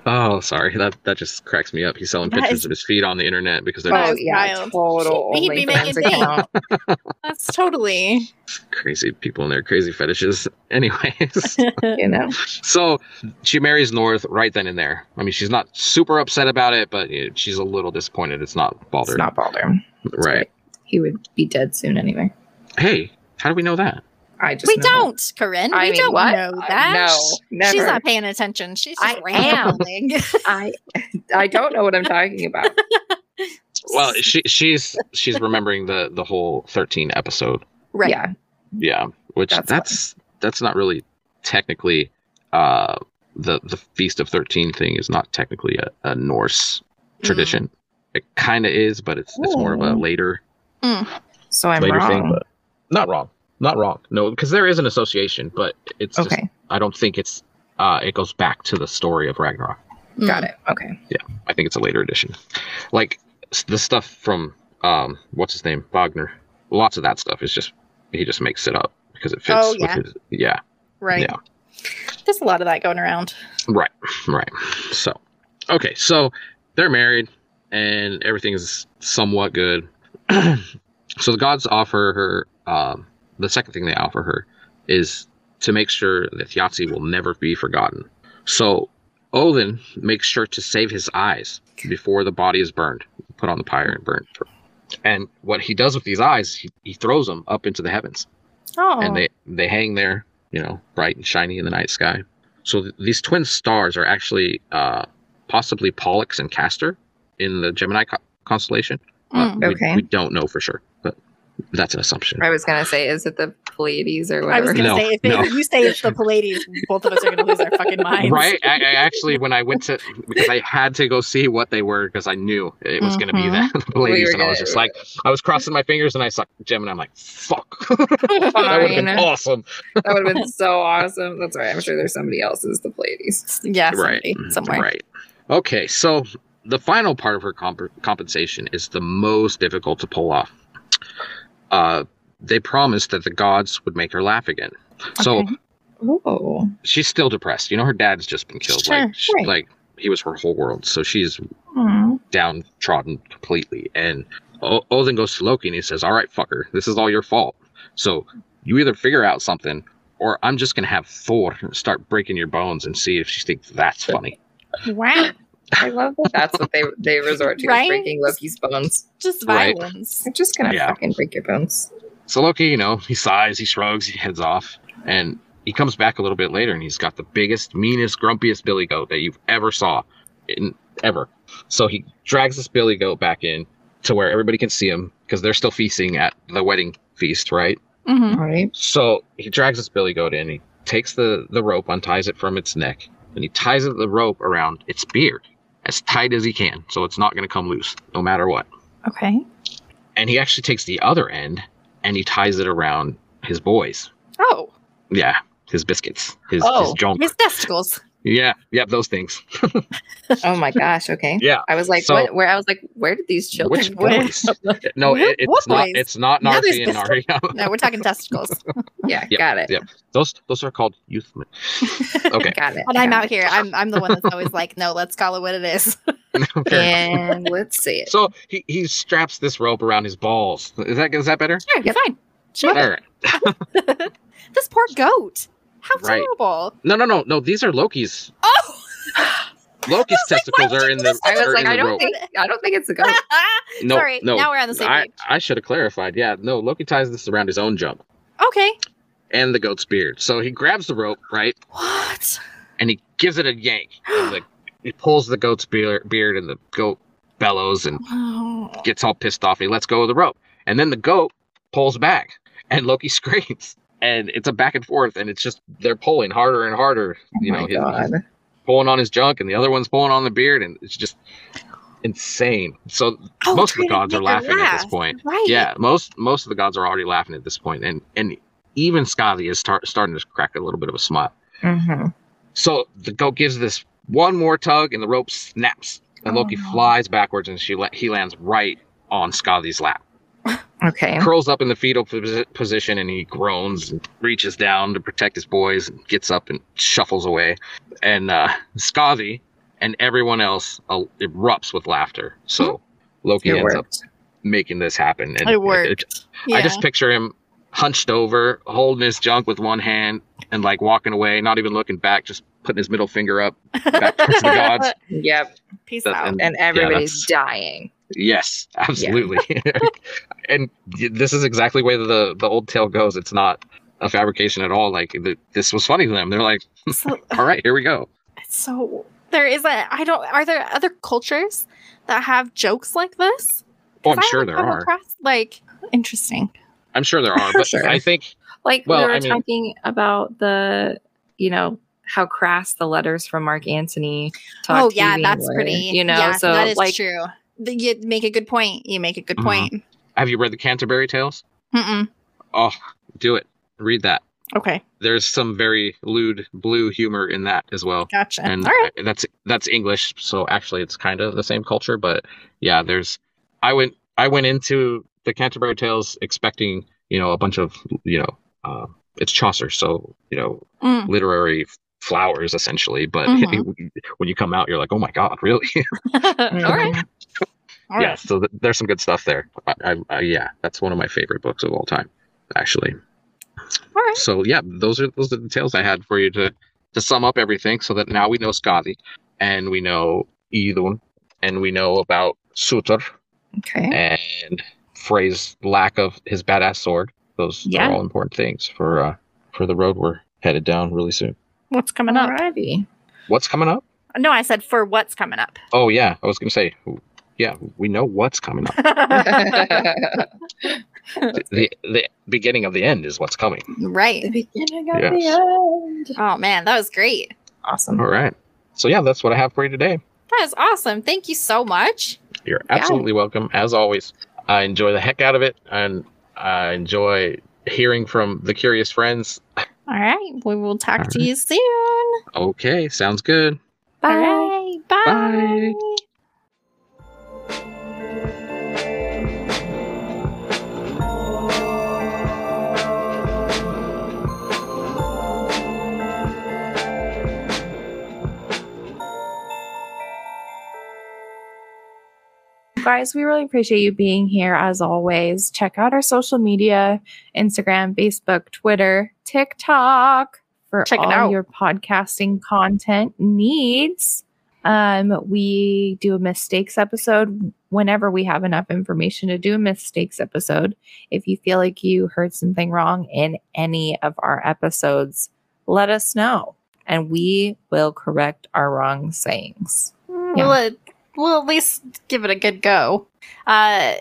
Speaker 4: oh sorry that that just cracks me up. He's selling
Speaker 2: That
Speaker 4: pictures
Speaker 2: is-
Speaker 4: of his feet on the internet because they're
Speaker 3: oh
Speaker 5: is
Speaker 3: yeah,
Speaker 5: wild.
Speaker 3: total.
Speaker 2: He'd be
Speaker 3: OnlyFans
Speaker 2: making bank.
Speaker 3: account.
Speaker 5: That's totally.
Speaker 4: just crazy people and their crazy fetishes. Anyways.
Speaker 3: You know,
Speaker 4: So she marries North right then and there. I mean, she's not super upset about it, but you know, she's a little disappointed. It's not
Speaker 3: it's
Speaker 4: bothered.
Speaker 3: not Balder.
Speaker 4: right.
Speaker 3: He would be dead soon anyway.
Speaker 4: Hey, how do we know that?
Speaker 3: I just
Speaker 2: we
Speaker 3: know that.
Speaker 2: don't, Corinne.
Speaker 3: I
Speaker 2: we
Speaker 3: mean,
Speaker 2: don't
Speaker 3: what?
Speaker 2: know
Speaker 3: Uh,
Speaker 2: that.
Speaker 3: no, never.
Speaker 2: She's not paying attention. She's just
Speaker 3: I
Speaker 2: rambling.
Speaker 3: I I don't know what I'm talking about.
Speaker 4: Well, she she's she's remembering the the whole 13 episode.
Speaker 2: right.
Speaker 3: Yeah.
Speaker 4: Yeah, which
Speaker 3: That's
Speaker 4: that's that's, not really technically uh the the feast of 13 thing is not technically a, a Norse tradition. It kind of is, but it's it's more of a
Speaker 5: Oh.
Speaker 4: later
Speaker 3: So I'm
Speaker 4: later
Speaker 3: wrong.
Speaker 4: thing, but not wrong. Not wrong. No, because there is an association, but it's just
Speaker 3: okay.
Speaker 4: I don't think it's uh it goes back to the story of Ragnarok.
Speaker 5: Mm-hmm.
Speaker 2: Mm.
Speaker 3: Got it. Okay.
Speaker 4: I think it's a later edition. Like s- the stuff from um what's his name? Wagner. Lots of that stuff is just he just makes it up because it fits
Speaker 2: Oh,
Speaker 4: with
Speaker 2: yeah.
Speaker 4: his yeah,
Speaker 5: Right.
Speaker 4: Yeah.
Speaker 5: There's a lot of that going around.
Speaker 4: right, right. So okay, so they're married and everything's somewhat good. so the gods offer her um the second thing they offer her is to make sure that Yahtzee will never be forgotten. So Odin makes sure to save his eyes before the body is burned, put on the pyre and burned. And what he does with these eyes, he, he throws them up into the heavens,
Speaker 5: Oh.
Speaker 4: and they they hang there, you know, bright and shiny in the night sky. So th- these twin stars are actually uh, possibly Pollux and Castor in the Gemini co- constellation. Uh,
Speaker 5: Mm.
Speaker 4: we-
Speaker 3: Okay.
Speaker 4: we, don't know for sure, but that's an assumption.
Speaker 3: I was gonna say, is it the Pleiades or
Speaker 5: I was
Speaker 3: whatever?
Speaker 5: gonna
Speaker 4: No,
Speaker 5: say if, they,
Speaker 4: no.
Speaker 5: if you say it's the Pleiades, both of us are gonna lose our fucking minds.
Speaker 4: Right. I, I actually, when I went to, because I had to go see what they were, because I knew it was going to be
Speaker 2: Mhm.
Speaker 4: that
Speaker 3: Mm-hmm.
Speaker 4: ladies,
Speaker 3: were
Speaker 4: and I was
Speaker 3: gonna-
Speaker 4: just like, I was crossing my fingers and I saw Jim, and I'm like, fuck, that would have been
Speaker 3: Fine.
Speaker 4: awesome.
Speaker 3: That would have been so awesome. That's right. I'm sure there's somebody else's the Pleiades.
Speaker 5: Yeah.
Speaker 4: Right.
Speaker 5: Somebody,
Speaker 4: Mm,
Speaker 5: somewhere.
Speaker 4: Right. Okay. So the final part of her comp- compensation is the most difficult to pull off. Uh, they promised that the gods would make her laugh again. So
Speaker 5: Okay.
Speaker 3: Oh,
Speaker 4: she's still depressed. You know, her dad's just been killed.
Speaker 5: Sure,
Speaker 4: like, she,
Speaker 3: right.
Speaker 4: like he was her whole world. So she's downtrodden completely. And o- Odin goes to Loki and he says, All right, fucker, this is all your fault. So you either figure out something, or I'm just going to have Thor start breaking your bones and see if she thinks that's funny.
Speaker 5: Wow.
Speaker 3: I love that. That's what they they resort to is
Speaker 2: Right?
Speaker 3: breaking Loki's bones.
Speaker 2: Just
Speaker 4: Right.
Speaker 2: violence.
Speaker 3: I'm just gonna
Speaker 4: Yeah.
Speaker 3: fucking break your bones.
Speaker 4: So Loki, you know, he sighs, he shrugs, he heads off. And he comes back a little bit later and he's got the biggest, meanest, grumpiest billy goat that you've ever saw in ever. So he drags this billy goat back in to where everybody can see him because they're still feasting at the wedding feast, right?
Speaker 5: Mm-hmm.
Speaker 3: All right.
Speaker 4: So he drags this billy goat in. He takes the, the rope, unties it from its neck, and he ties it, the rope around its beard as tight as he can, so it's not going to come loose, no matter what.
Speaker 5: Okay.
Speaker 4: And he actually takes the other end and he ties it around his boys.
Speaker 5: Oh.
Speaker 4: Yeah, his biscuits, his, his
Speaker 5: Oh,
Speaker 4: junk.
Speaker 2: His testicles.
Speaker 4: yeah, yeah, those things.
Speaker 3: Oh my gosh. Okay.
Speaker 4: Yeah.
Speaker 3: I was like,
Speaker 4: So-
Speaker 3: what? Where? I was like, where did these children?
Speaker 4: Which
Speaker 3: go?
Speaker 4: boys? no,
Speaker 2: What
Speaker 4: it, it's not.
Speaker 2: boys?
Speaker 4: It's not
Speaker 2: Now there's
Speaker 4: Narfi and Narya.
Speaker 2: No, we're talking testicles.
Speaker 3: Yeah.
Speaker 4: Yeah,
Speaker 3: Got it.
Speaker 4: yeah. Those those are called youth. men. Okay.
Speaker 3: Got it.
Speaker 2: But I'm
Speaker 3: got
Speaker 2: out
Speaker 3: it.
Speaker 2: here. I'm I'm the one that's always like, no, let's call it what it is.
Speaker 4: Fair
Speaker 2: Eh.
Speaker 4: enough.
Speaker 3: And let's see it.
Speaker 4: So he, he straps this rope around his balls. Is that is that better?
Speaker 2: Sure,
Speaker 3: Yep.
Speaker 2: fine. Sure.
Speaker 4: All right.
Speaker 2: This poor goat. How
Speaker 4: Right.
Speaker 2: terrible.
Speaker 4: No, no, no, no. These are Loki's.
Speaker 2: Oh, I
Speaker 4: Loki's
Speaker 2: was like,
Speaker 4: testicles
Speaker 2: why
Speaker 4: are
Speaker 2: did
Speaker 4: in
Speaker 2: you
Speaker 4: the.
Speaker 2: just-
Speaker 3: I was
Speaker 4: are
Speaker 3: like,
Speaker 4: in
Speaker 3: I
Speaker 4: the
Speaker 3: don't
Speaker 4: rope.
Speaker 3: think I don't think it's a goat.
Speaker 4: No,
Speaker 2: sorry.
Speaker 4: no.
Speaker 2: Now we're on the same
Speaker 4: I,
Speaker 2: page.
Speaker 4: I should have clarified. Yeah, no. Loki ties this around his own jump
Speaker 2: Okay.
Speaker 4: and the goat's beard. So he grabs the rope, right,
Speaker 2: What?
Speaker 4: and he gives it a yank. And the, he pulls the goat's beard, beard, and the goat bellows and
Speaker 2: Oh.
Speaker 4: gets all pissed off. He lets go of the rope, and then the goat pulls back, and Loki screams. And it's a back and forth, and it's just they're pulling harder and harder. You
Speaker 3: oh
Speaker 4: know,
Speaker 3: my
Speaker 4: his-
Speaker 3: god.
Speaker 4: pulling on his junk and the other one's pulling on the beard and it's just insane so
Speaker 2: Oh,
Speaker 4: most of the
Speaker 2: trying to
Speaker 4: gods
Speaker 2: make
Speaker 4: are
Speaker 2: her
Speaker 4: laughing at
Speaker 2: laugh.
Speaker 4: this point
Speaker 2: Right.
Speaker 4: yeah most most of the gods are already laughing at this point and and even Skazi is tar- starting to crack a little bit of a smile
Speaker 3: Mhm.
Speaker 4: so the goat gives this one more tug and the rope snaps And Loki
Speaker 5: Oh, no.
Speaker 4: flies backwards, and she la- he lands right on Scotty's lap.
Speaker 3: Okay.
Speaker 4: Curls up in the fetal posi- position, and he groans and reaches down to protect his boys, and gets up and shuffles away. And uh, Scotty and everyone else uh, erupts with laughter. So Loki
Speaker 3: It
Speaker 4: ends up
Speaker 3: worked.
Speaker 4: making this happen. And
Speaker 2: It worked.
Speaker 4: I just picture him hunched over, holding his junk with one hand, and like walking away, not even looking back, just putting his middle finger up back towards the gods.
Speaker 3: Yep.
Speaker 5: Peace
Speaker 4: That-
Speaker 5: out.
Speaker 4: and-
Speaker 3: And
Speaker 4: yeah,
Speaker 3: everybody's
Speaker 4: that's-
Speaker 3: dying.
Speaker 4: Yes, absolutely. and y- this is exactly where the the old tale goes. It's not a fabrication at all. Like th- this was funny to them. They're like,
Speaker 2: So,
Speaker 4: all right, here we go.
Speaker 2: so there is a. I don't. Are there other cultures that have jokes like this?
Speaker 4: Oh,
Speaker 2: 'Cause
Speaker 4: I'm
Speaker 2: I
Speaker 4: sure
Speaker 2: haven't
Speaker 4: there
Speaker 2: come
Speaker 4: are.
Speaker 2: across, like interesting.
Speaker 4: I'm sure there are. But
Speaker 3: Sure.
Speaker 4: I think
Speaker 3: Like
Speaker 4: Well,
Speaker 3: we were
Speaker 4: I mean-
Speaker 3: talking about the, you know, how crass the letters from Mark Antony. talk
Speaker 2: oh
Speaker 3: to
Speaker 2: yeah,
Speaker 3: you
Speaker 2: that's
Speaker 3: were,
Speaker 2: pretty.
Speaker 3: You know,
Speaker 2: yeah,
Speaker 3: so
Speaker 2: that is
Speaker 3: like
Speaker 2: true. Th- You make a good point. You make a good
Speaker 4: Mhm.
Speaker 2: point.
Speaker 4: have you read the Canterbury Tales?
Speaker 2: Mm-mm.
Speaker 4: Oh, do it. Read that.
Speaker 5: Okay,
Speaker 4: There's some very lewd blue humor in that as well.
Speaker 5: gotcha.
Speaker 4: Oh, and
Speaker 5: All right.
Speaker 4: I- that's that's English, so actually it's kind of the same culture, but yeah, there's I went I went into the Canterbury Tales expecting you know a bunch of you know uh, it's Chaucer, so you know
Speaker 5: Mm-hmm.
Speaker 2: Mm.
Speaker 4: literary f- flowers essentially, but
Speaker 2: Mhm.
Speaker 4: when you come out, you're like, oh my god, really?
Speaker 3: All right.
Speaker 5: All
Speaker 4: yeah,
Speaker 5: right.
Speaker 4: so th- there's some good stuff there. I, I, I, yeah, that's one of my favorite books of all time, actually.
Speaker 2: All right.
Speaker 4: So yeah, those are those are the tales I had for you to to sum up everything, so that now we know Skadi, and we know Idun, and we know about Sutor
Speaker 3: Okay.
Speaker 4: and Frey's lack of his badass sword. Those
Speaker 3: Yeah.
Speaker 4: are all important things for uh, for the road we're headed down really soon.
Speaker 5: What's coming up?
Speaker 3: Alrighty.
Speaker 4: What's coming up?
Speaker 2: No, I said for what's coming up.
Speaker 4: Oh yeah, I was gonna say, yeah, we know what's coming up.
Speaker 5: the
Speaker 4: the the beginning of the end is what's coming.
Speaker 2: Right.
Speaker 3: beginning
Speaker 4: of the Yes.
Speaker 3: end.
Speaker 2: Oh man, that was great.
Speaker 3: Awesome.
Speaker 4: All right. So yeah, that's what I have for you today.
Speaker 2: That was awesome. Thank you so much.
Speaker 4: You're
Speaker 3: Yeah.
Speaker 4: absolutely welcome, as always. I enjoy the heck out of it, and I enjoy hearing from the curious friends.
Speaker 2: All right. We will talk
Speaker 4: All
Speaker 2: to you soon.
Speaker 4: Okay, sounds good.
Speaker 3: Bye.
Speaker 2: Bye.
Speaker 4: Bye.
Speaker 2: Bye.
Speaker 3: Guys, we really appreciate you being here as always. Check out our social media Instagram, Facebook, Twitter, TikTok for
Speaker 2: Check it
Speaker 3: all
Speaker 2: out.
Speaker 3: your podcasting content needs. Um, we do a mistakes episode whenever we have enough information to do a mistakes episode. If you feel like you heard something wrong in any of our episodes, let us know and we will correct our wrong sayings. Yeah.
Speaker 2: We'll, uh, we'll at least give it a good go. Uh,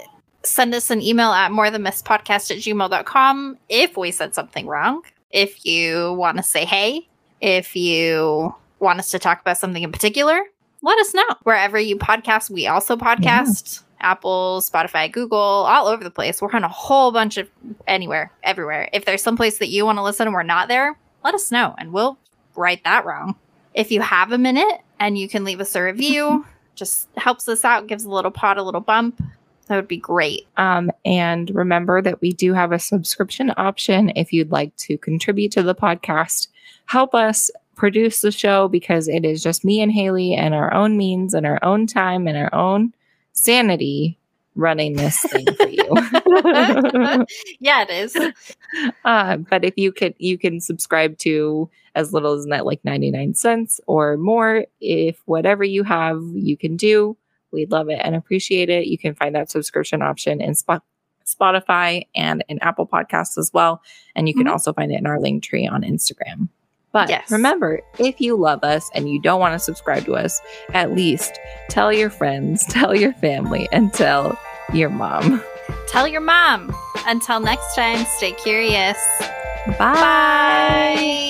Speaker 2: send us an email at more than podcast at gmail.com if we said something wrong. If you want to say hey, if you want us to talk about something in particular, let us know. Wherever you podcast, we also podcast. Apple, Spotify, Google, all over the place. We're on a whole bunch of anywhere, everywhere. If there's someplace that you want to listen and we're not there, let us know and we'll right that wrong if you have a minute and you can leave us a review, just helps us out, gives a little pot a little bump. That would be great.
Speaker 3: Um, and remember that we do have a subscription option if you'd like to contribute to the podcast, help us produce the show because it is just me and Haley and our own means and our own time and our own sanity running this thing for you.
Speaker 2: Yeah, it is.
Speaker 3: uh, but if you could you can subscribe to as little as that like 99 cents or more if whatever you have you can do we'd love it and appreciate it you can find that subscription option in Spo- spotify and in apple podcasts as well and you can
Speaker 2: Mhm.
Speaker 3: also find it in our link tree on instagram but
Speaker 2: Yes.
Speaker 3: remember if you love us and you don't want to subscribe to us at least tell your friends tell your family and tell your mom
Speaker 2: Tell your mom. Until next time, stay curious.
Speaker 3: bye.
Speaker 2: Bye.